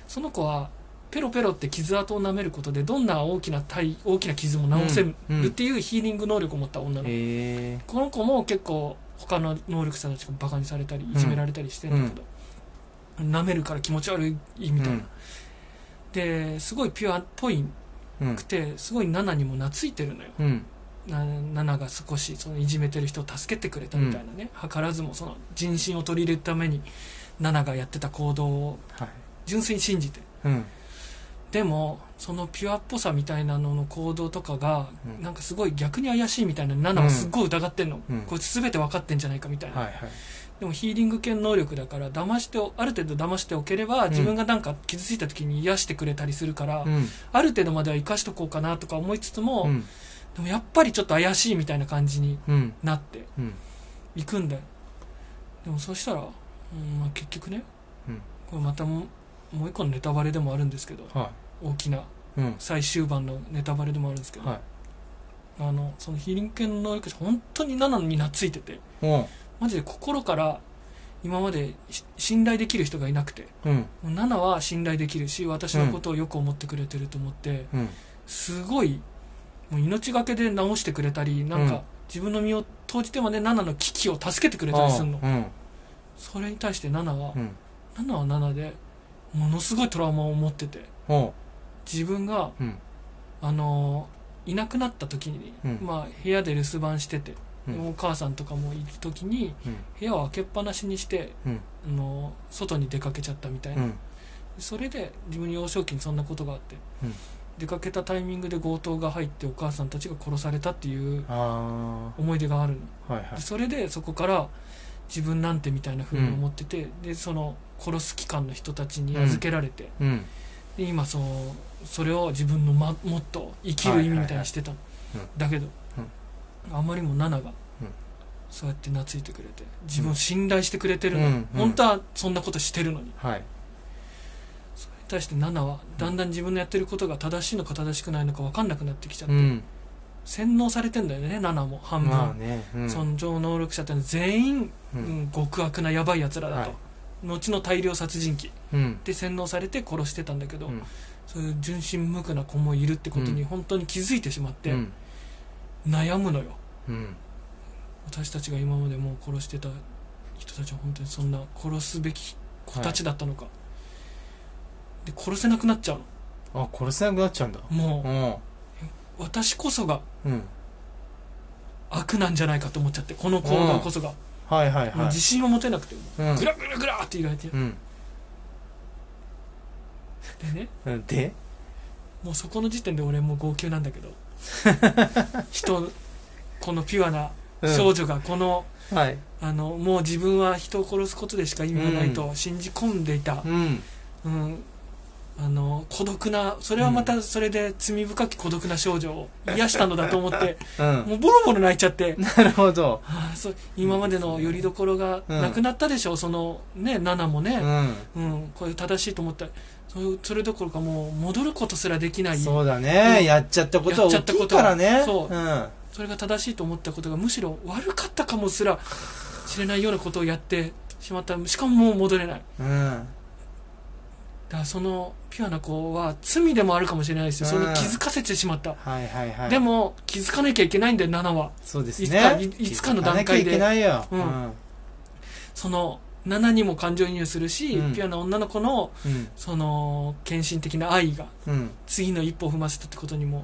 S1: その子はペロペロって傷跡を舐めることでどんな大きな体大きな傷も治せる
S2: うんうん
S1: っていうヒーリング能力を持った女の
S2: う
S1: 子、
S2: へえ
S1: この子も結構他の能力者たちがバカにされたりいじめられたりしてんだけど、舐めるから気持ち悪いみたいな、ですごいピュアっぽい
S2: うん
S1: くてすごいナナにも懐いてるのよ
S2: うん
S1: なナナが少しそのいじめてる人を助けてくれたみたいなね、図らずもその人心を取り入れるためにナナがやってた行動を
S2: はい
S1: 純粋に信じて
S2: うん
S1: でもそのピュアっぽさみたいなのの行動とかが、
S2: うん
S1: なんかすごい逆に怪しいみたいなナナはすっごい疑ってんの、
S2: うん
S1: こいつ全て分かってんじゃないかみたいな、
S2: はいはい
S1: でもヒーリング系の能力だから騙しておある程度騙しておければ
S2: ん
S1: 自分がなんか傷ついた時に癒してくれたりするから、
S2: うん
S1: ある程度までは生かしとこうかなとか思いつつも、
S2: うん
S1: でもやっぱりちょっと怪しいみたいな感じに
S2: うん
S1: なって
S2: うん
S1: 行くんだよでもそしたら、うんまあ、結局ね、
S2: うん
S1: これまたももう一個のネタバレでもあるんですけど
S2: は
S1: 大きない
S2: うん
S1: 最終盤のネタバレでもあるんですけど、
S2: はい
S1: あのそのヒーリング系の能力者本当にナナに懐いてて
S2: おう
S1: マジで心から今までし信頼できる人がいなくて
S2: うん
S1: もうナナは信頼できるし私のことをよく思ってくれてると思って、
S2: うん
S1: すごいもう命がけで治してくれたりなんか、
S2: うん
S1: 自分の身を投じてまでナナの危機を助けてくれたりするの
S2: うん
S1: それに対してナナは
S2: う、ん
S1: ナナはナナでものすごいトラウマを持ってて
S2: おう
S1: 自分が
S2: うん
S1: あのーいなくなった時に、
S2: うん
S1: まあ、部屋で留守番してて、
S2: うん
S1: お母さんとかもいる時に
S2: うん
S1: 部屋を開けっぱなしにして、
S2: うん
S1: あのー外に出かけちゃったみたいな、
S2: うん
S1: それで自分に幼少期にそんなことがあって、
S2: うん
S1: 出かけたタイミングで強盗が入ってお母さんたちが殺されたっていう
S2: あ
S1: 思い出があるの
S2: あはいは
S1: で
S2: い
S1: それでそこから自分なんてみたいな風に思ってて、でその殺す機関の人たちに預けられて、
S2: うん
S1: で今そうそれを自分の、ま、もっと生きる意味みたいにしてたの、
S2: はいはい
S1: だけど、あまりにもナナが、
S2: うん
S1: そうやって懐いてくれて自分を信頼してくれてるの、
S2: うんうん
S1: 本当はそんなことしてるのに
S2: はい
S1: それに対してナナはだんだん自分のやってることが正しいのか正しくないのか分かんなくなってきちゃっ
S2: う
S1: て、
S2: ん
S1: 洗脳されてんだよねナナも半分、
S2: まあねうん
S1: 尊重能力者ってのは全員、う
S2: う
S1: んん極悪なヤバいやつらだと、
S2: はい
S1: 後の大量殺人鬼
S2: うん
S1: で洗脳されて殺してたんだけど、
S2: うん
S1: そういう純真無垢な子もいるってことに
S2: うん
S1: 本当に気づいてしまって、
S2: うん
S1: 悩むのよ
S2: うん
S1: 私たちが今までもう殺してた人たちは本当にそんな殺すべき子たちだったのか、で殺せなくなっちゃう
S2: あ殺せなくなっちゃうんだ
S1: のも
S2: おう
S1: う私こそが
S2: うん
S1: 楽なんじゃないかと思っちゃってこの行動こそが、
S2: はいはい
S1: もう
S2: はい
S1: 自信を持てなくても
S2: うん
S1: うグラグラグラって言われて
S2: うん
S1: でね
S2: うんで
S1: もうそこの時点で俺もう号泣なんだ けど人このピュアな
S2: うん
S1: 少女がこの、
S2: はい
S1: あのもう自分は人を殺すことでしか意味がないと信じ込んでいた
S2: う、ん
S1: うんあの孤独なそれはまたそれで罪深き孤独な少女を癒したのだと思 って
S2: うん
S1: もうボロボロ泣いちゃって
S2: なるほど
S1: ああそう今までの拠り所がなくなったでしょ、そのねナナも
S2: う
S1: ね、
S2: ん
S1: うんこれ正しいと思ったらそうそれどころかもう戻ることすらできないそ
S2: そうだね、
S1: うん
S2: やっちゃったこと
S1: や
S2: は大
S1: っちゃ
S2: き
S1: った
S2: い
S1: ことは
S2: からね
S1: そう
S2: うん
S1: れが正しいと思ったことがむしろ悪かったかもすら知れないようなことをやってしまったしかももう戻れないだ
S2: うん
S1: からそのピュアな子は罪でもあるかもしれないですよ、それに気づかせてしまった、
S2: はいはいはい
S1: でも気づかなきゃいけないんだよナナは
S2: そうです
S1: いつか
S2: ね
S1: いいつかの段階で
S2: 気づかなきゃいけないよ
S1: うんそのナナにも感情移入するし、
S2: うん
S1: ピュアな女の子の
S2: うん
S1: その献身的な愛が
S2: うん
S1: 次の一歩を踏ませたってことにも、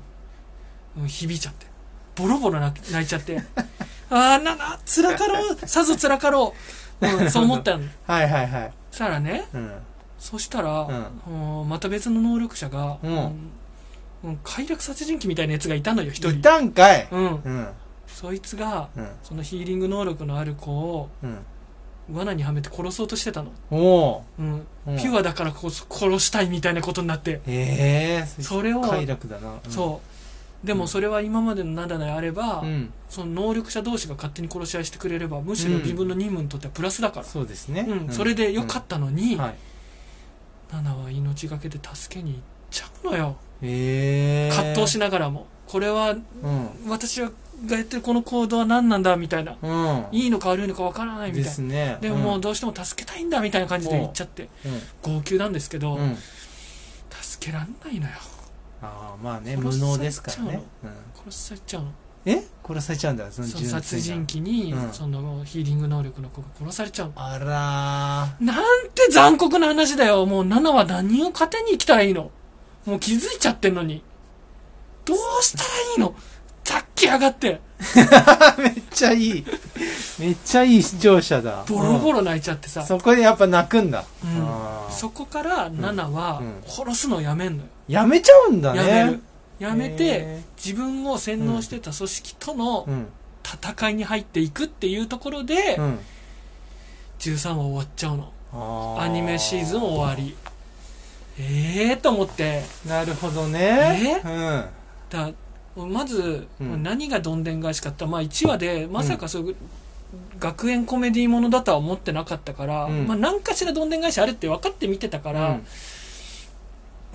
S1: うん響いちゃってボロボロ泣き泣いちゃって ああななつらかろうさぞつらかろう、うん、そう思 ったの
S2: はいはいはい
S1: したらね
S2: うん
S1: そしたら、うんまた別の能力者が、
S2: うん
S1: うんうん快楽殺人鬼みたいなやつがいたのよ一
S2: い
S1: 人
S2: たんかい
S1: うん、
S2: うん
S1: そいつが
S2: うん
S1: そのヒーリング能力のある子を
S2: うん
S1: 罠にはめて殺そうとしてたの、
S2: おー
S1: うん、
S2: うん
S1: ピュアだからこそ殺したいみたいなことになって
S2: へえ
S1: それを
S2: 快楽だな
S1: そうでもそれは今までの7であれば、
S2: うん
S1: その能力者同士が勝手に殺し合いしてくれればむしろ
S2: うん
S1: 自分の任務にとってはプラスだから、
S2: そうですね
S1: うんそれでよかったのに、
S2: うんはい
S1: ナナは命がけで助けに行っちゃうのよ、
S2: へえ
S1: 葛藤しながらもこれは
S2: うん
S1: 私がやってるこの行動は何なんだみたいな
S2: うん
S1: いいのか悪いのかわからないみ
S2: で
S1: たい
S2: す
S1: な
S2: ね
S1: でももうどうしても助けたいんだみたいな感じで言っちゃって
S2: うん
S1: 号泣なんですけど、
S2: うん
S1: 助けらんないのよ
S2: ああまあね
S1: 殺
S2: 無
S1: され
S2: 能ですから
S1: ちゃ
S2: ね
S1: う
S2: うん
S1: 殺されちゃうの
S2: え殺されちゃうんだその
S1: そ
S2: 純
S1: の
S2: 粋
S1: 殺
S2: な
S1: 人鬼に、
S2: うん
S1: そのヒーリング能力の子が殺されちゃうの
S2: あら
S1: なんて残酷な話だよ。もう、ナナは何を糧に生きたらいいのもう気づいちゃってんのに。どうしたらいいのざっきやがって、
S2: ー めっちゃいいめっちゃいい視聴者だ
S1: ボロボ
S2: ロ
S1: ロ泣いちゃってさ。
S2: そこでやっぱ泣くんだ
S1: うん
S2: あー
S1: そこから、ナナは
S2: うん、
S1: 殺すのやめんのよ。
S2: やめちゃうんだね
S1: やめる。やめ
S2: へ
S1: て
S2: ー、
S1: 自分を洗脳してた組織との
S2: うん
S1: 戦いに入っていくっていうところで
S2: う、ん
S1: 13話終わっちゃうの。
S2: あー
S1: アニメシーズン終わり。ええーと思って。
S2: なるほどね
S1: え
S2: うん
S1: だまず、
S2: うん
S1: 何がどんでん返しかって、まあ、1話でまさかそういう、学園コメディものだとは思ってなかったから、
S2: うん
S1: まあ、何かしらどんでん返しあるって分かって見てたから、
S2: うん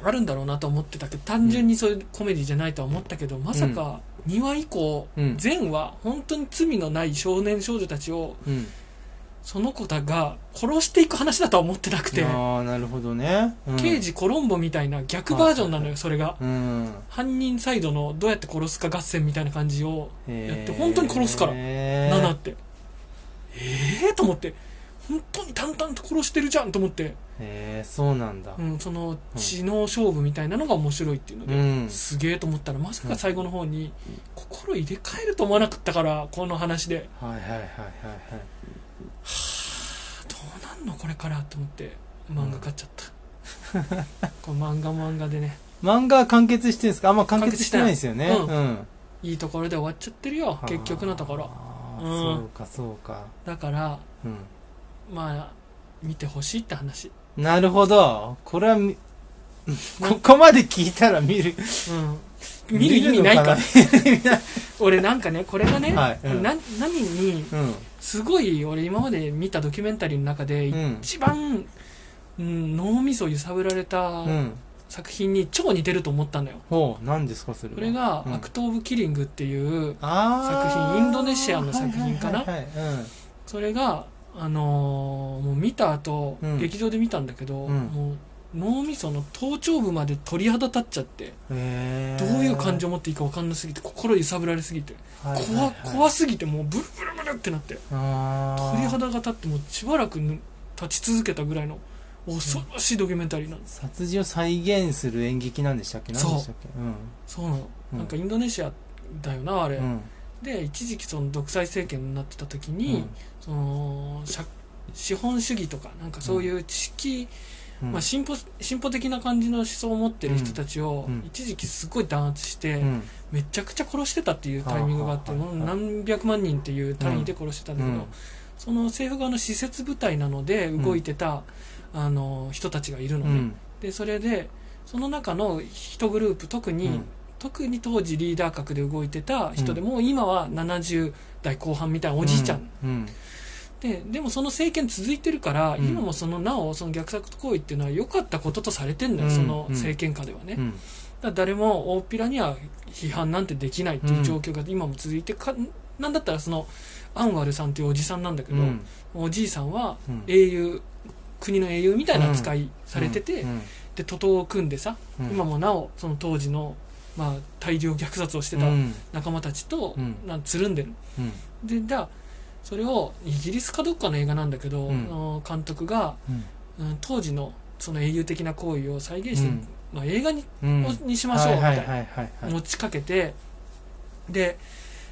S1: あるんだろうなと思ってたけど単純にそういうコメディじゃないとは思ったけど、まさか2話以降、
S2: うん
S1: 前は本当に罪のない少年少女たちを
S2: うん
S1: その子たが殺していく話だとは思ってなくて、
S2: ああなるほどねうん
S1: 刑事コロンボみたいな逆バージョンなのよ、それが。
S2: うん
S1: 犯人サイドのどうやって殺すか合戦みたいな感じをやって本当に殺すから7
S2: 7
S1: ってええー、と思って本当に淡々と殺してるじゃんと思って、
S2: えそうなんだ
S1: うん、その知能勝負みたいなのが面白いっていうの
S2: う
S1: で、
S2: ん
S1: すげえと思ったらまさか最後の方に心入れ替えると思わなかったからこの話で
S2: はいはいはいはいはい
S1: どうなんのこれからと思って漫画買っちゃった、こう漫画漫画でね
S2: 漫画は完結してるんですかあんま完結してないですよね。
S1: 完結して
S2: ん。
S1: いいところで終わっちゃってるよ結局のところ
S2: あー
S1: うん
S2: そうか、そうか。
S1: だから
S2: うん。
S1: まあ見てほしいって話
S2: なるほど。これはみ、 ここまで聞いたら見る。
S1: うん見る意味ないから
S2: 見るのかな
S1: 俺なんかねこれがね、
S2: はいうん
S1: な何に
S2: うん。
S1: すごい俺今まで見たドキュメンタリーの中で
S2: うん。
S1: 一番、うん、脳みそ揺さぶられた
S2: うん。
S1: 作品に超似てると思ったのよ
S2: ほう、何ですか、それは。
S1: これが「
S2: うん
S1: アクト・オブ・キリング」っていう
S2: あー
S1: 作品インドネシアの作品かな
S2: はいはいはいはい
S1: それがあのーもう見た後、
S2: うん
S1: 劇場で見たんだけど、
S2: うん
S1: もう脳みその頭頂部まで鳥肌立っちゃって
S2: うん。へ
S1: ど
S2: ー
S1: ういう感情を持っていいか分かんなすぎて心揺さぶられすぎて
S2: はいはいは
S1: 怖
S2: い
S1: 怖すぎてもうブルブルブルってなって
S2: あー
S1: 鳥肌が立ってもうしばらくぬ立ち続けたぐらいの恐ろしいドキュメンタリーなんです、
S2: 殺人を再現する演劇なんでしたっけ何でしたっけうん
S1: そうなの、
S2: うん
S1: なんかインドネシアだよなあれ、
S2: うん。
S1: で一時期その独裁政権になってた時
S2: う
S1: に、その社資本主義とかなんかそういう知識、
S2: ん
S1: まあ、進歩進歩的な感じの思想を持ってる人たちを
S2: うん
S1: 一時期すごい弾圧して、
S2: うん
S1: めちゃくちゃ殺してたっていうタイミングがあって、
S2: はあはあはあ
S1: もう何百万人っていう単位で殺してたんだけど、
S2: うん
S1: その政府側の施設部隊なので動いてた、あの人たちがいるの
S2: う
S1: で,、
S2: ん
S1: でそれでその中の一グループ特に、
S2: うん
S1: 特に当時リーダー格で動いてた人で、もう今は70代後半みたいなおじいちゃん
S2: うん
S1: ででもその政権続いてるから、
S2: うん
S1: 今もそのなおその虐殺行為っていうのは良かったこととされてんだよ、
S2: うん
S1: その政権下ではね、
S2: う
S1: だか
S2: ん
S1: ら誰も大っぴらには批判なんてできないっていう状況が今も続いてかなんだったらそのアンワルさんっていうおじさんなんだけ
S2: う
S1: ど、
S2: ん
S1: おじいさんは
S2: うん
S1: 英雄国の英雄みたいな扱いされてて、
S2: うん
S1: で徒党を組んでさ、
S2: うん
S1: 今もなおその当時の、まあ、大量虐殺をしてた
S2: うん
S1: 仲間たちと、
S2: うん
S1: なんつるんでる
S2: うん
S1: でだからそれをイギリスかどっかの映画なんだけど、
S2: うん
S1: あの監督が、
S2: うん
S1: うん、当時のその英雄的な行為を再現して、
S2: うん
S1: まあ、映画に,、
S2: うん
S1: にしましょうみたい
S2: は
S1: な、
S2: いはいはいはいはい
S1: 持ちかけてで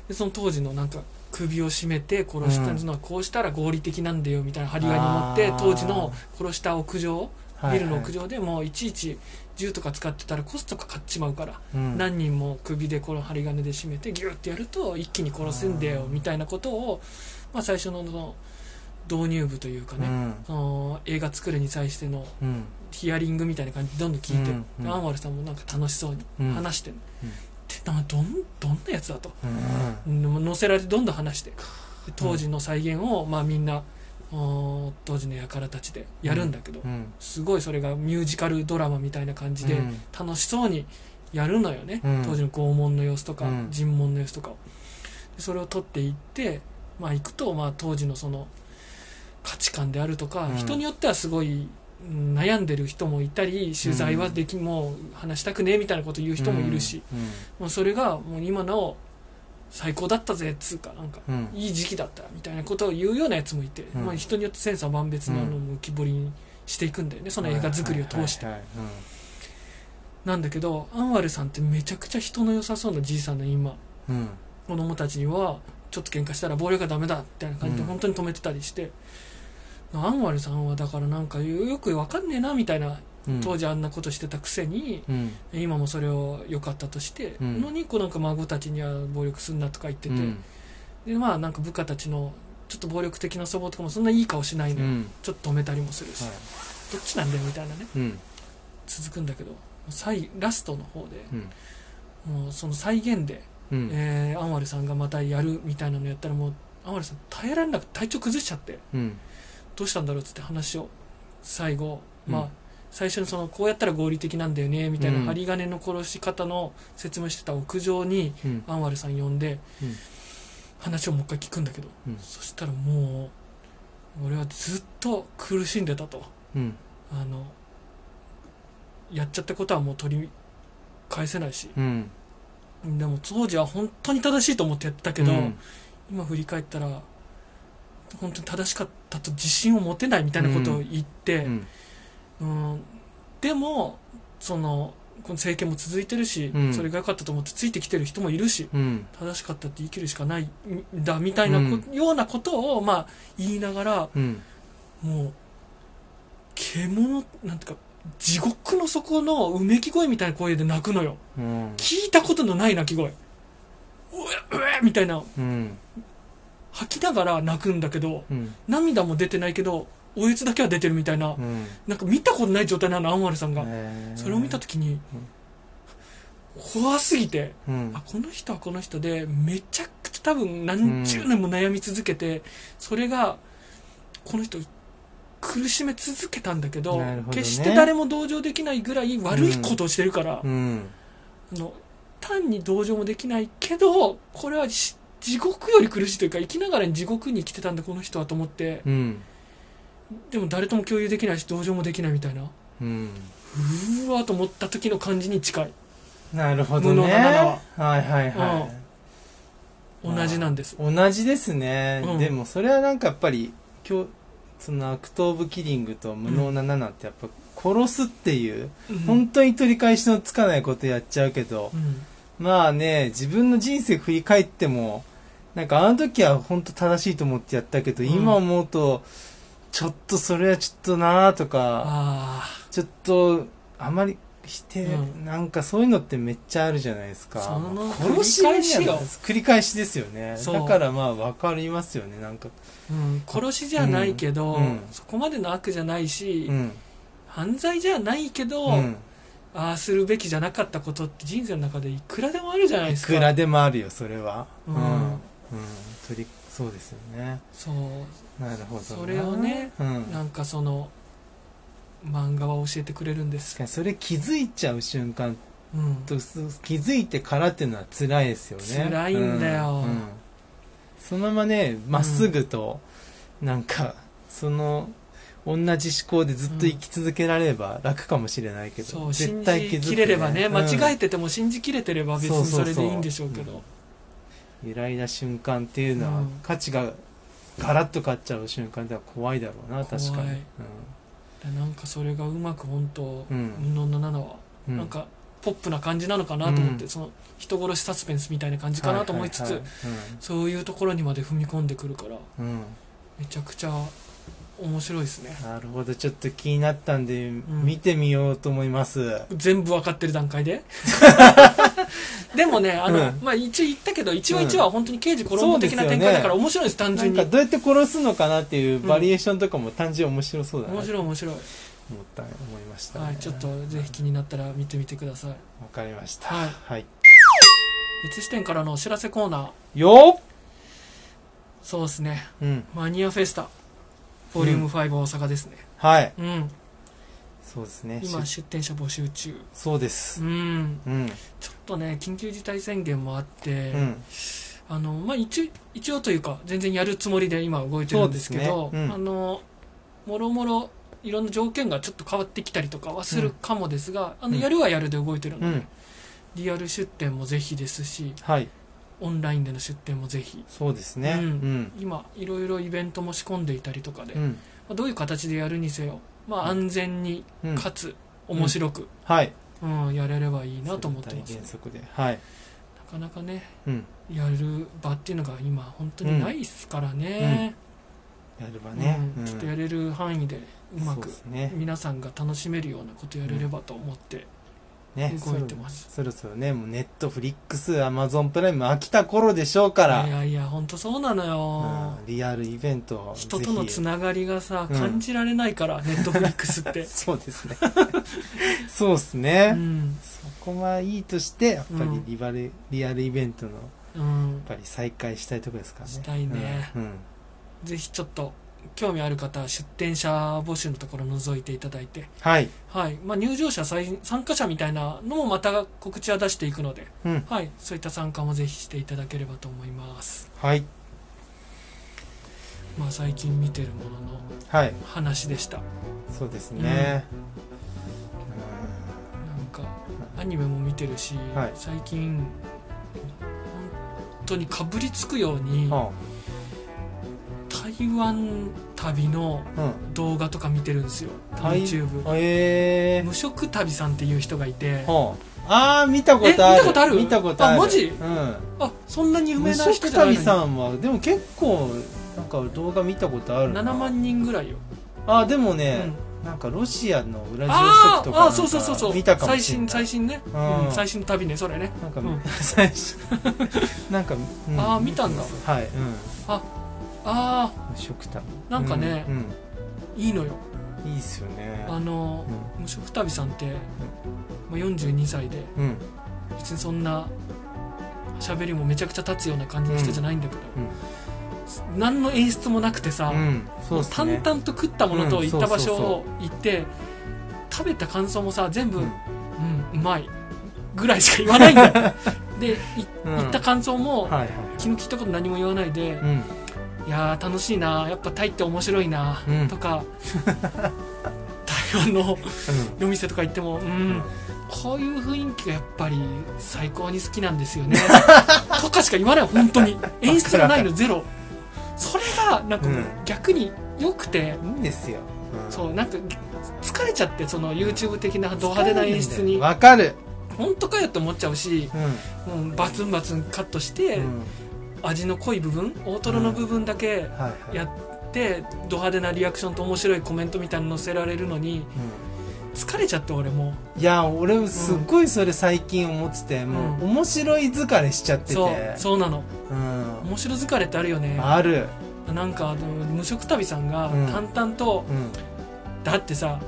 S1: でその当時のなんか首を絞めて殺したのはこうしたら合理的なんだよみたいな張り紙持って
S2: あー
S1: 当時の殺した屋上
S2: はいはい
S1: ビルの屋上でもういちいち銃とか使ってたらコストが買っちまうから
S2: うん
S1: 何人も首でこの針金で締めてギューってやると一気に殺すんだよ
S2: うん
S1: みたいなことを、まあ、最初のその導入部というか
S2: う
S1: ね、
S2: ん
S1: その映画作るに際しての
S2: うん
S1: ヒアリングみたいな感じでどんどん聞いて、
S2: うんうん
S1: でアンワルさんもなんか楽しそう
S2: うん
S1: に話してる、
S2: うん
S1: でなどんどんなやつだと
S2: うん
S1: うん乗せられてどんどん話してで当時の再現を、まあ、みんなおー当時の輩たちでやるんだけど、
S2: うん
S1: すごいそれがミュージカルドラマみたいな感じで。
S2: うん
S1: 楽しそうにやるのよね、
S2: うん
S1: 当時の拷問の様子とか、
S2: うん
S1: 尋問の様子とかをでそれを取っていって、まあ、行くと、まあ、当時のその価値観であるとか、
S2: うん
S1: 人によってはすごいうん悩んでる人もいたり取材はでき、もう話したくねえみたいなこと言う人もいるし、もうそれがもう今なお最高だったぜっつうかなんか
S2: うんうん
S1: いい時期だったみたいなことを言うようなやつもいて、
S2: うん
S1: まあ、人によって千差万別なのを浮き彫りにしていくんだよねその映画作りを通して。
S2: はいはいはいはい
S1: なんだけどアンワルさんってめちゃくちゃ人の良さそうなじいさんの今
S2: うんうん
S1: 子供たちにはちょっと喧嘩したら暴力はダメだみたいな感じで
S2: うん
S1: 本当に止めてたりして、アンワルさんはだからなんかよくわかんねえなみたいな
S2: うん
S1: 当時あんなことしてたくせに、
S2: うん
S1: 今もそれを良かったとして、
S2: うん
S1: のにこうなんか孫たちには暴力すんなとか言ってて、
S2: うん
S1: でまあなんか部下たちのちょっと暴力的な祖母とかもそんないい顔しないの
S2: う
S1: よ、
S2: ん
S1: ちょっと止めたりもするし、
S2: はい
S1: どっちなんだよみたいなね
S2: うん
S1: 続くんだけど最ラストの方で
S2: うん
S1: もうその再現で
S2: うん
S1: えーアンワルさんがまたやるみたいなのやったらもうアンワルさん耐えられなく体調崩しちゃって
S2: うん
S1: どうしたんだろうっつって話を最後、
S2: うん
S1: まあ最初にそのこうやったら合理的なんだよねみたいな
S2: うん
S1: 針金の殺し方の説明してた屋上に
S2: うん
S1: アンワルさん呼んで
S2: うん
S1: 話をもう一回聞くんだけど、
S2: うん
S1: そしたらもう俺はずっと苦しんでたと
S2: うん
S1: あのやっちゃったことはもう取り返せないし
S2: うん
S1: でも当時は本当に正しいと思ってやってたけど、
S2: うん
S1: 今振り返ったら本当に正しかったと自信を持てないみたいなことを言って、
S2: うん
S1: うんでもそのこの政権も続いてるし、
S2: うん
S1: それが良かったと思ってついてきてる人もいるし
S2: うん
S1: 正しかったって生きるしかないんだみたいなこ、
S2: う
S1: ようなことを、まあ、言いながら
S2: うん
S1: もう獣なんていうか地獄の底のうめき声みたいな声で泣くのよ
S2: うん
S1: 聞いたことのない泣き声うえうえみたいな
S2: うん
S1: 吐きながら泣くんだけど、
S2: うん
S1: 涙も出てないけどおえつだけは出てるみたいな
S2: うん
S1: なんか見たことない状態なのアンワルさんが、
S2: へー
S1: それを見た時に、怖すぎて
S2: うん
S1: あこの人はこの人でめちゃくちゃ多分何十年も悩み続けて、それがこの人を苦しめ続けたんだけど
S2: なるほどね
S1: 決して誰も同情できないぐらい悪いことをしてるから、
S2: うん
S1: あの単に同情もできないけどこれはし地獄より苦しいというか生きながらに地獄に来てたんだこの人はと思って、
S2: うん
S1: でも誰とも共有できないし同情もできないみたいなう
S2: うん
S1: ーわーと思った時の感じに近い
S2: なるほど
S1: 無
S2: ね
S1: 能な七は
S2: はいはいはい
S1: 同じなんです
S2: 同じですね、
S1: うん
S2: でもそれはなんかやっぱり今日そのアクト・オブ・キリングと無能な7ってやっぱ殺すっていう、
S1: うん
S2: 本当に取り返しのつかないことやっちゃうけど、
S1: うん
S2: まあね自分の人生振り返ってもなんかあの時は本当正しいと思ってやったけど、
S1: うん
S2: 今思うと、ちょっとそれはちょっとなーとか、
S1: あ
S2: ちょっと、あまり否定、
S1: う
S2: なんかそういうのってめっちゃあるじゃないですか。
S1: その
S2: 殺し合いじゃないです繰り返しですよね。
S1: そう
S2: だからまあわかりますよね、なんか。
S1: あ、うん、殺しじゃないけど、
S2: うんうん
S1: そこまでの悪じゃないし、
S2: うん。
S1: 犯罪じゃないけど、
S2: うん。
S1: ああするべきじゃなかったことって人生の中でいくらでもあるじゃない
S2: い
S1: ですか
S2: くらでもあるよ、それは。
S1: うん
S2: うん。取り、そうですよね。
S1: そう
S2: なるほどな。
S1: それをね
S2: うん。
S1: なんかその漫画は教えてくれるんです
S2: 確かにそれ気づいちゃう瞬間
S1: うん
S2: とそう気づいてからっていうのは辛いですよね
S1: 辛いんだよ
S2: ううんそのままねまっすぐと、なんかその同じ思考でずっと生き続けられれば楽かもしれないけど、
S1: そう
S2: 絶
S1: 信
S2: 対
S1: じ
S2: 気づく
S1: きれればね間違え
S2: え
S1: てても信じきれてれば別
S2: そう
S1: に
S2: そうそ
S1: そうれでいいんでしょうけど
S2: 揺らいだ瞬間っていうのは、
S1: うん
S2: 価値がガラッと変わっちゃう瞬間では怖いだろうな確か
S1: 怖い、
S2: に
S1: なんかそれがうまく本当
S2: うん
S1: 無能なのは
S2: う
S1: なんかポップな感じなのかなと思って
S2: うん
S1: その人殺しサスペンスみたいな感じかなと思いつ
S2: はは
S1: つ
S2: は
S1: そういうところにまで踏み込んでくるから
S2: うんうん
S1: めちゃくちゃ面白いですね
S2: なるほどちょっと気になったんで、
S1: ん
S2: 見てみようと思います
S1: 全部分かってる段階ででもねあの、
S2: うん
S1: まあ、一応言ったけど一話一話は本当に刑事コロン
S2: そ
S1: ボ
S2: うで
S1: 的な
S2: すよね
S1: 展開だから面白いです単
S2: なん
S1: 純に
S2: かどうやって殺すのかなっていうバリエーションとかも単純に面白そうだな
S1: 面
S2: と
S1: 白い面白い、
S2: 思った思いましたね
S1: はい、ちょっと
S2: わ
S1: ぜひ気になったら見てみてください
S2: かりました
S1: はい
S2: はい
S1: 別視点からのお知らせコーナー
S2: よっ
S1: そうですね
S2: うん
S1: マニアフェスタボリューム5大阪ですね
S2: はい
S1: うん、
S2: そうですね
S1: 今
S2: し
S1: 出店者募集中
S2: そうで
S1: う
S2: す
S1: ん
S2: うん
S1: ちょっとね緊急事態宣言もあって、
S2: うん
S1: あのまあ、一応一応というか全然やるつもりで今動いてるんですけ
S2: そ
S1: ど
S2: うですねうん
S1: あのもろもろいろんな条件がちょっと変わってきたりとかはするかもですが、あの
S2: うん
S1: やるはやるで動いてるの
S2: う
S1: で、
S2: ん
S1: リアル出店もぜひですし
S2: はい
S1: オンラインでの出店もぜひ
S2: そうですね
S1: う
S2: うんん
S1: 今いろいろイベントも仕込んでいたりとかで、
S2: う
S1: ま
S2: ん
S1: あどういう形でやるにせよ、まあ、安全に
S2: うん
S1: かつ面白く、
S2: はい
S1: うんやれればいいなと思ってます、ね
S2: それ大、原則ではい
S1: なかなかね
S2: うん
S1: やる場っていうのが今本当にないですからね、
S2: うんうんやればね
S1: うん
S2: うん
S1: ちょっとやれる範囲でうま
S2: そう
S1: く
S2: ですね
S1: 皆さんが楽しめるようなことやれればと思って、
S2: ね
S1: 動いてます
S2: そろそろねもうネットフリックスアマゾンプライム飽きた頃でしょうから
S1: いやいやほんとそうなのよ
S2: う、んリアルイベントをぜひ
S1: 人とのつながりがさ
S2: うん
S1: 感じられないから、ネットフリックスって
S2: そうです ねそうです
S1: う
S2: ね、
S1: ん
S2: そこはいいとしてやっぱ
S1: う
S2: り
S1: ん
S2: リバレ、リアルイベントの
S1: う
S2: やっ
S1: ん
S2: ぱり再開したいところですからね
S1: したいね
S2: うん、うん
S1: ぜひちょっと興味ある方は出店者募集のところ覗いていただいて、
S2: はい
S1: はいまあ、入場者参参加者みたいなのもまた告知は出していくので、
S2: うん
S1: はい、そういった参加もぜひしていただければと思います、
S2: はい
S1: まあ、最近見てるものの
S2: はい
S1: 話でした
S2: そうですね、
S1: なんかアニメも見てるし、
S2: はい
S1: 最近本当にかぶりつくように
S2: うんは
S1: 台湾旅の
S2: あうん
S1: 動画とか見てるんですよ
S2: 台
S1: YouTube
S2: え
S1: 無職旅さんっていう人がいて
S2: ー、はああー見たことあ
S1: え
S2: る
S1: 見たことある
S2: 見たことある
S1: あマジ
S2: うん
S1: あそんなに有名
S2: 無
S1: な人
S2: 職
S1: じゃない
S2: 旅
S1: のに
S2: さんはでも結構なんか動画見たことあるな
S1: 7万人ぐらいよ、
S2: あでも
S1: うん
S2: ね、なんかロシアのウラジオスト
S1: あ
S2: ク
S1: ー
S2: とか
S1: あ
S2: な
S1: ー
S2: ん
S1: そうそうそうそ
S2: か
S1: う
S2: 見たかも
S1: 最
S2: しれ
S1: 新
S2: ない
S1: 最新ね、
S2: うん
S1: うん最新の旅ねそれね
S2: なんか、
S1: うん
S2: 最新 なんか、うん
S1: あー見たんだ
S2: はい、う
S1: あ
S2: ん、食卓
S1: あなんかね、
S2: うん
S1: いいのよ
S2: うんいいっすよね
S1: あの無職旅さんって、まあ、42歳で
S2: うんうん
S1: 別にそんな喋りもめちゃくちゃ立つような感じの人じゃないんだけど、何の演出もなくてさ、
S2: うんそうっすね
S1: 淡々と食ったものと
S2: うん
S1: 行
S2: そ
S1: っ
S2: う
S1: た
S2: そうそう
S1: 場所を行って、食べた感想もさ全部、うん、うまいぐらいしか言わないんだ よでい
S2: うん
S1: 行った感想も、
S2: うんはいはい
S1: 気の利いたこと何も言わないで、
S2: うん
S1: いやー楽しいなやっぱタイって面白いな、
S2: うん
S1: と か台湾の夜店とか行っても
S2: う
S1: うんんこういう雰囲気がやっぱり最高に好きなんですよね とかしか言わない本当に演出がないのゼロそれがなんかもう
S2: うん
S1: 逆に良くて、
S2: うんいいんですよ、うん
S1: そうなんか疲れちゃってその YouTube 的なド派手な演出に
S2: わかる、
S1: 本当かよって思っちゃうし
S2: うん
S1: もうバツンバツンカットして、
S2: うん
S1: 味の濃い部分大トロの部分だけ
S2: はいはい
S1: やってド派手なリアクションと面白いコメントみたいなの載せられるのに
S2: う
S1: 疲れちゃって俺も
S2: んいや俺すっごいそれ最近思ってて、もう面白い疲れしちゃってて
S1: そうそうなの
S2: うん、
S1: 面白疲れってあるよね
S2: ある、
S1: なんかあの無職旅さんが
S2: うん
S1: 淡々と、
S2: うん、
S1: だってさ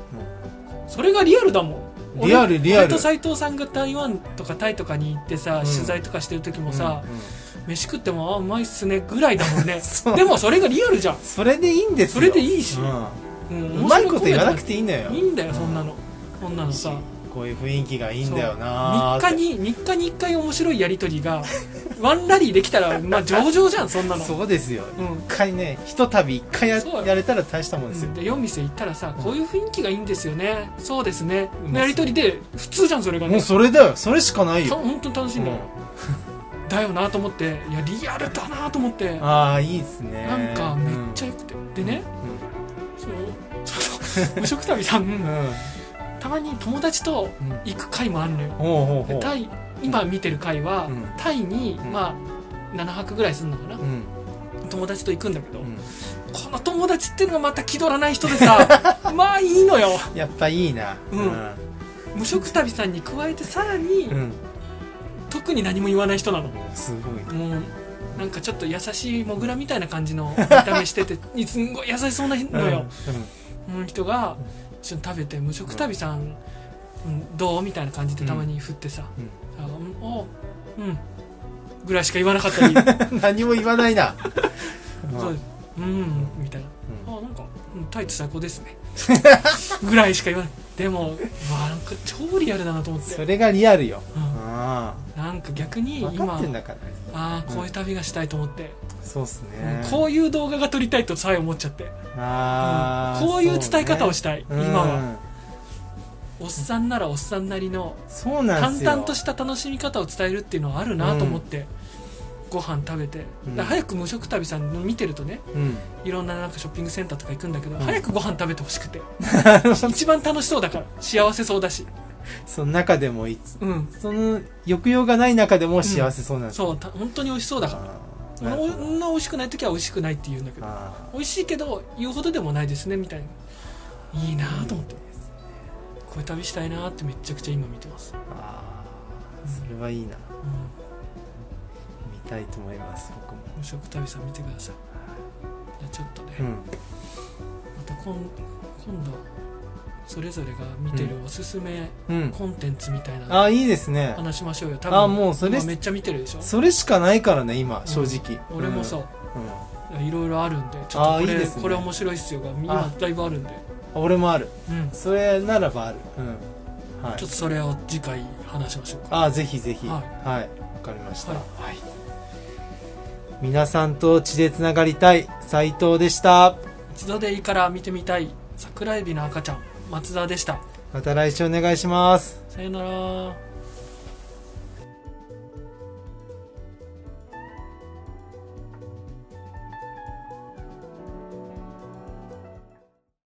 S1: それがリアルだもん俺
S2: リアルリア
S1: 俺
S2: ル
S1: と斎藤さんが台湾とかタイとかに行ってさ、
S2: うん
S1: 取材とかしてる時もさ、
S2: うんうん
S1: 飯食ってもあうまいっすねぐらいだもんね
S2: そう
S1: でもそれがリアルじゃん、
S2: それでいいんですよ
S1: それでいいし
S2: う
S1: うん
S2: んうまいこと言わなく
S1: て
S2: ていいんだよ
S1: いいんだよそんなの、こんなのさ
S2: こういう雰囲気がいいんだよなーっ
S1: 3
S2: て
S1: 日に3日に1回面白いやり取りがワンラリーできたらまあ上々じゃんそんなの
S2: そうですよ
S1: うん
S2: 一回ねひとたび一回や
S1: そうよ
S2: やれたら大したもんです
S1: う
S2: よ
S1: ん、で夜店行ったらさ
S2: うん
S1: こういう雰囲気がいいんですよねそうですね
S2: うん
S1: のやり取りで普通じゃんそれが
S2: も
S1: ね
S2: うそれだよそれしかない
S1: た
S2: よ、
S1: 本当に楽しいんだよ、だよなと思っていやリアルだなと思って
S2: うんああいいですね
S1: なんかめっちゃ良くて、でねそうその無職旅さ
S2: うんんうん
S1: たまに友達と
S2: うん
S1: 行く回もあるのよ
S2: ほうほう
S1: で
S2: ほ
S1: タイ今見てる回は、
S2: うん
S1: タイに、
S2: うん
S1: まあ7泊ぐらいするのかな
S2: ううん
S1: 友達と行くんだけど、
S2: う
S1: この友達ってのがまた気取らない人でさ まあいいのよ
S2: んやっぱいいな
S1: うん無職旅さんに加えてさらに、
S2: うん、うん
S1: 特に何も言わない人なの
S2: すごい
S1: もうなんかちょっと優しいモグラみたいな感じ の見た目しててすんごい優しそうなのよ、の人が一緒に食べて無職旅さん、うんどうみたいな感じでたまに振ってさ「
S2: うん
S1: あうんおううん」ぐらいしか言わなかったり「
S2: うん、 何も言わないな
S1: そう
S2: うん
S1: うん」みたいな「
S2: うん
S1: あなんか、うん、タイツ最高です ね」ぐらいしか言わないでもうわなんか超リアルだなと思って、
S2: それがリアルよ
S1: うん
S2: あ
S1: なんか逆に
S2: あ分か
S1: 今
S2: ってんだから
S1: ああこういう旅がしたいと思って、
S2: そうっす
S1: うん
S2: ね
S1: こういう動画が撮りたいとさえ思っちゃって、
S2: ああ、
S1: こういう伝え方を
S2: し
S1: したい、
S2: た
S1: 今はおっさんならおっさんなりの
S2: そうな
S1: 淡
S2: んですよ
S1: 々とした楽しみ方を伝えるっていうのはあるなと思って、ご飯食べて、
S2: うん
S1: だから早く無職旅さんの見てるとね
S2: うん
S1: いろんななんかショッピングセンターとか行くんだけど、
S2: うん
S1: 早くご飯食べてほしくて一番楽しそうだから幸せそうだし
S2: その中でもいつ
S1: うん
S2: その抑揚がない中でも幸せそうなんですよ、
S1: そうた本当に美味しそうだから
S2: あーなるほ
S1: そ
S2: ど
S1: んな美味しくない時は美味しくないって言うんだけど
S2: あ
S1: 美味しいけど言うほどでもないですねみたいないいなと思ってこういう旅したいなってめちゃくちゃ今見てます、
S2: ーあーそれはいいな
S1: うん、
S2: 見たいと思います僕も
S1: 無職旅さん見てくださいじゃあちょっとね、
S2: うん
S1: また今今度それぞれが見てるおすすめ
S2: うん
S1: コンテンツみたいなの
S2: ああいいですね
S1: 話しましょうよ多
S2: あもうそれ
S1: 今めっちゃ見てるでしょ
S2: それしかないからね今正直、
S1: 俺もそう
S2: うん、うん
S1: いろいろあるんでちょっとこ
S2: あい
S1: れ
S2: いですね
S1: これ面白いっすよが今だいぶあるんで
S2: 俺もある
S1: うん
S2: それならばあるうんはい
S1: ちょっとそれを次回話しましょうか
S2: ああぜひぜひ
S1: は
S2: はいいわ、かりました、
S1: は
S2: はい皆さんと血でつながりたい斉藤でした
S1: 一度でいいから見てみたい桜エビの赤ちゃん松田でした
S2: また来週お願いします
S1: さよなら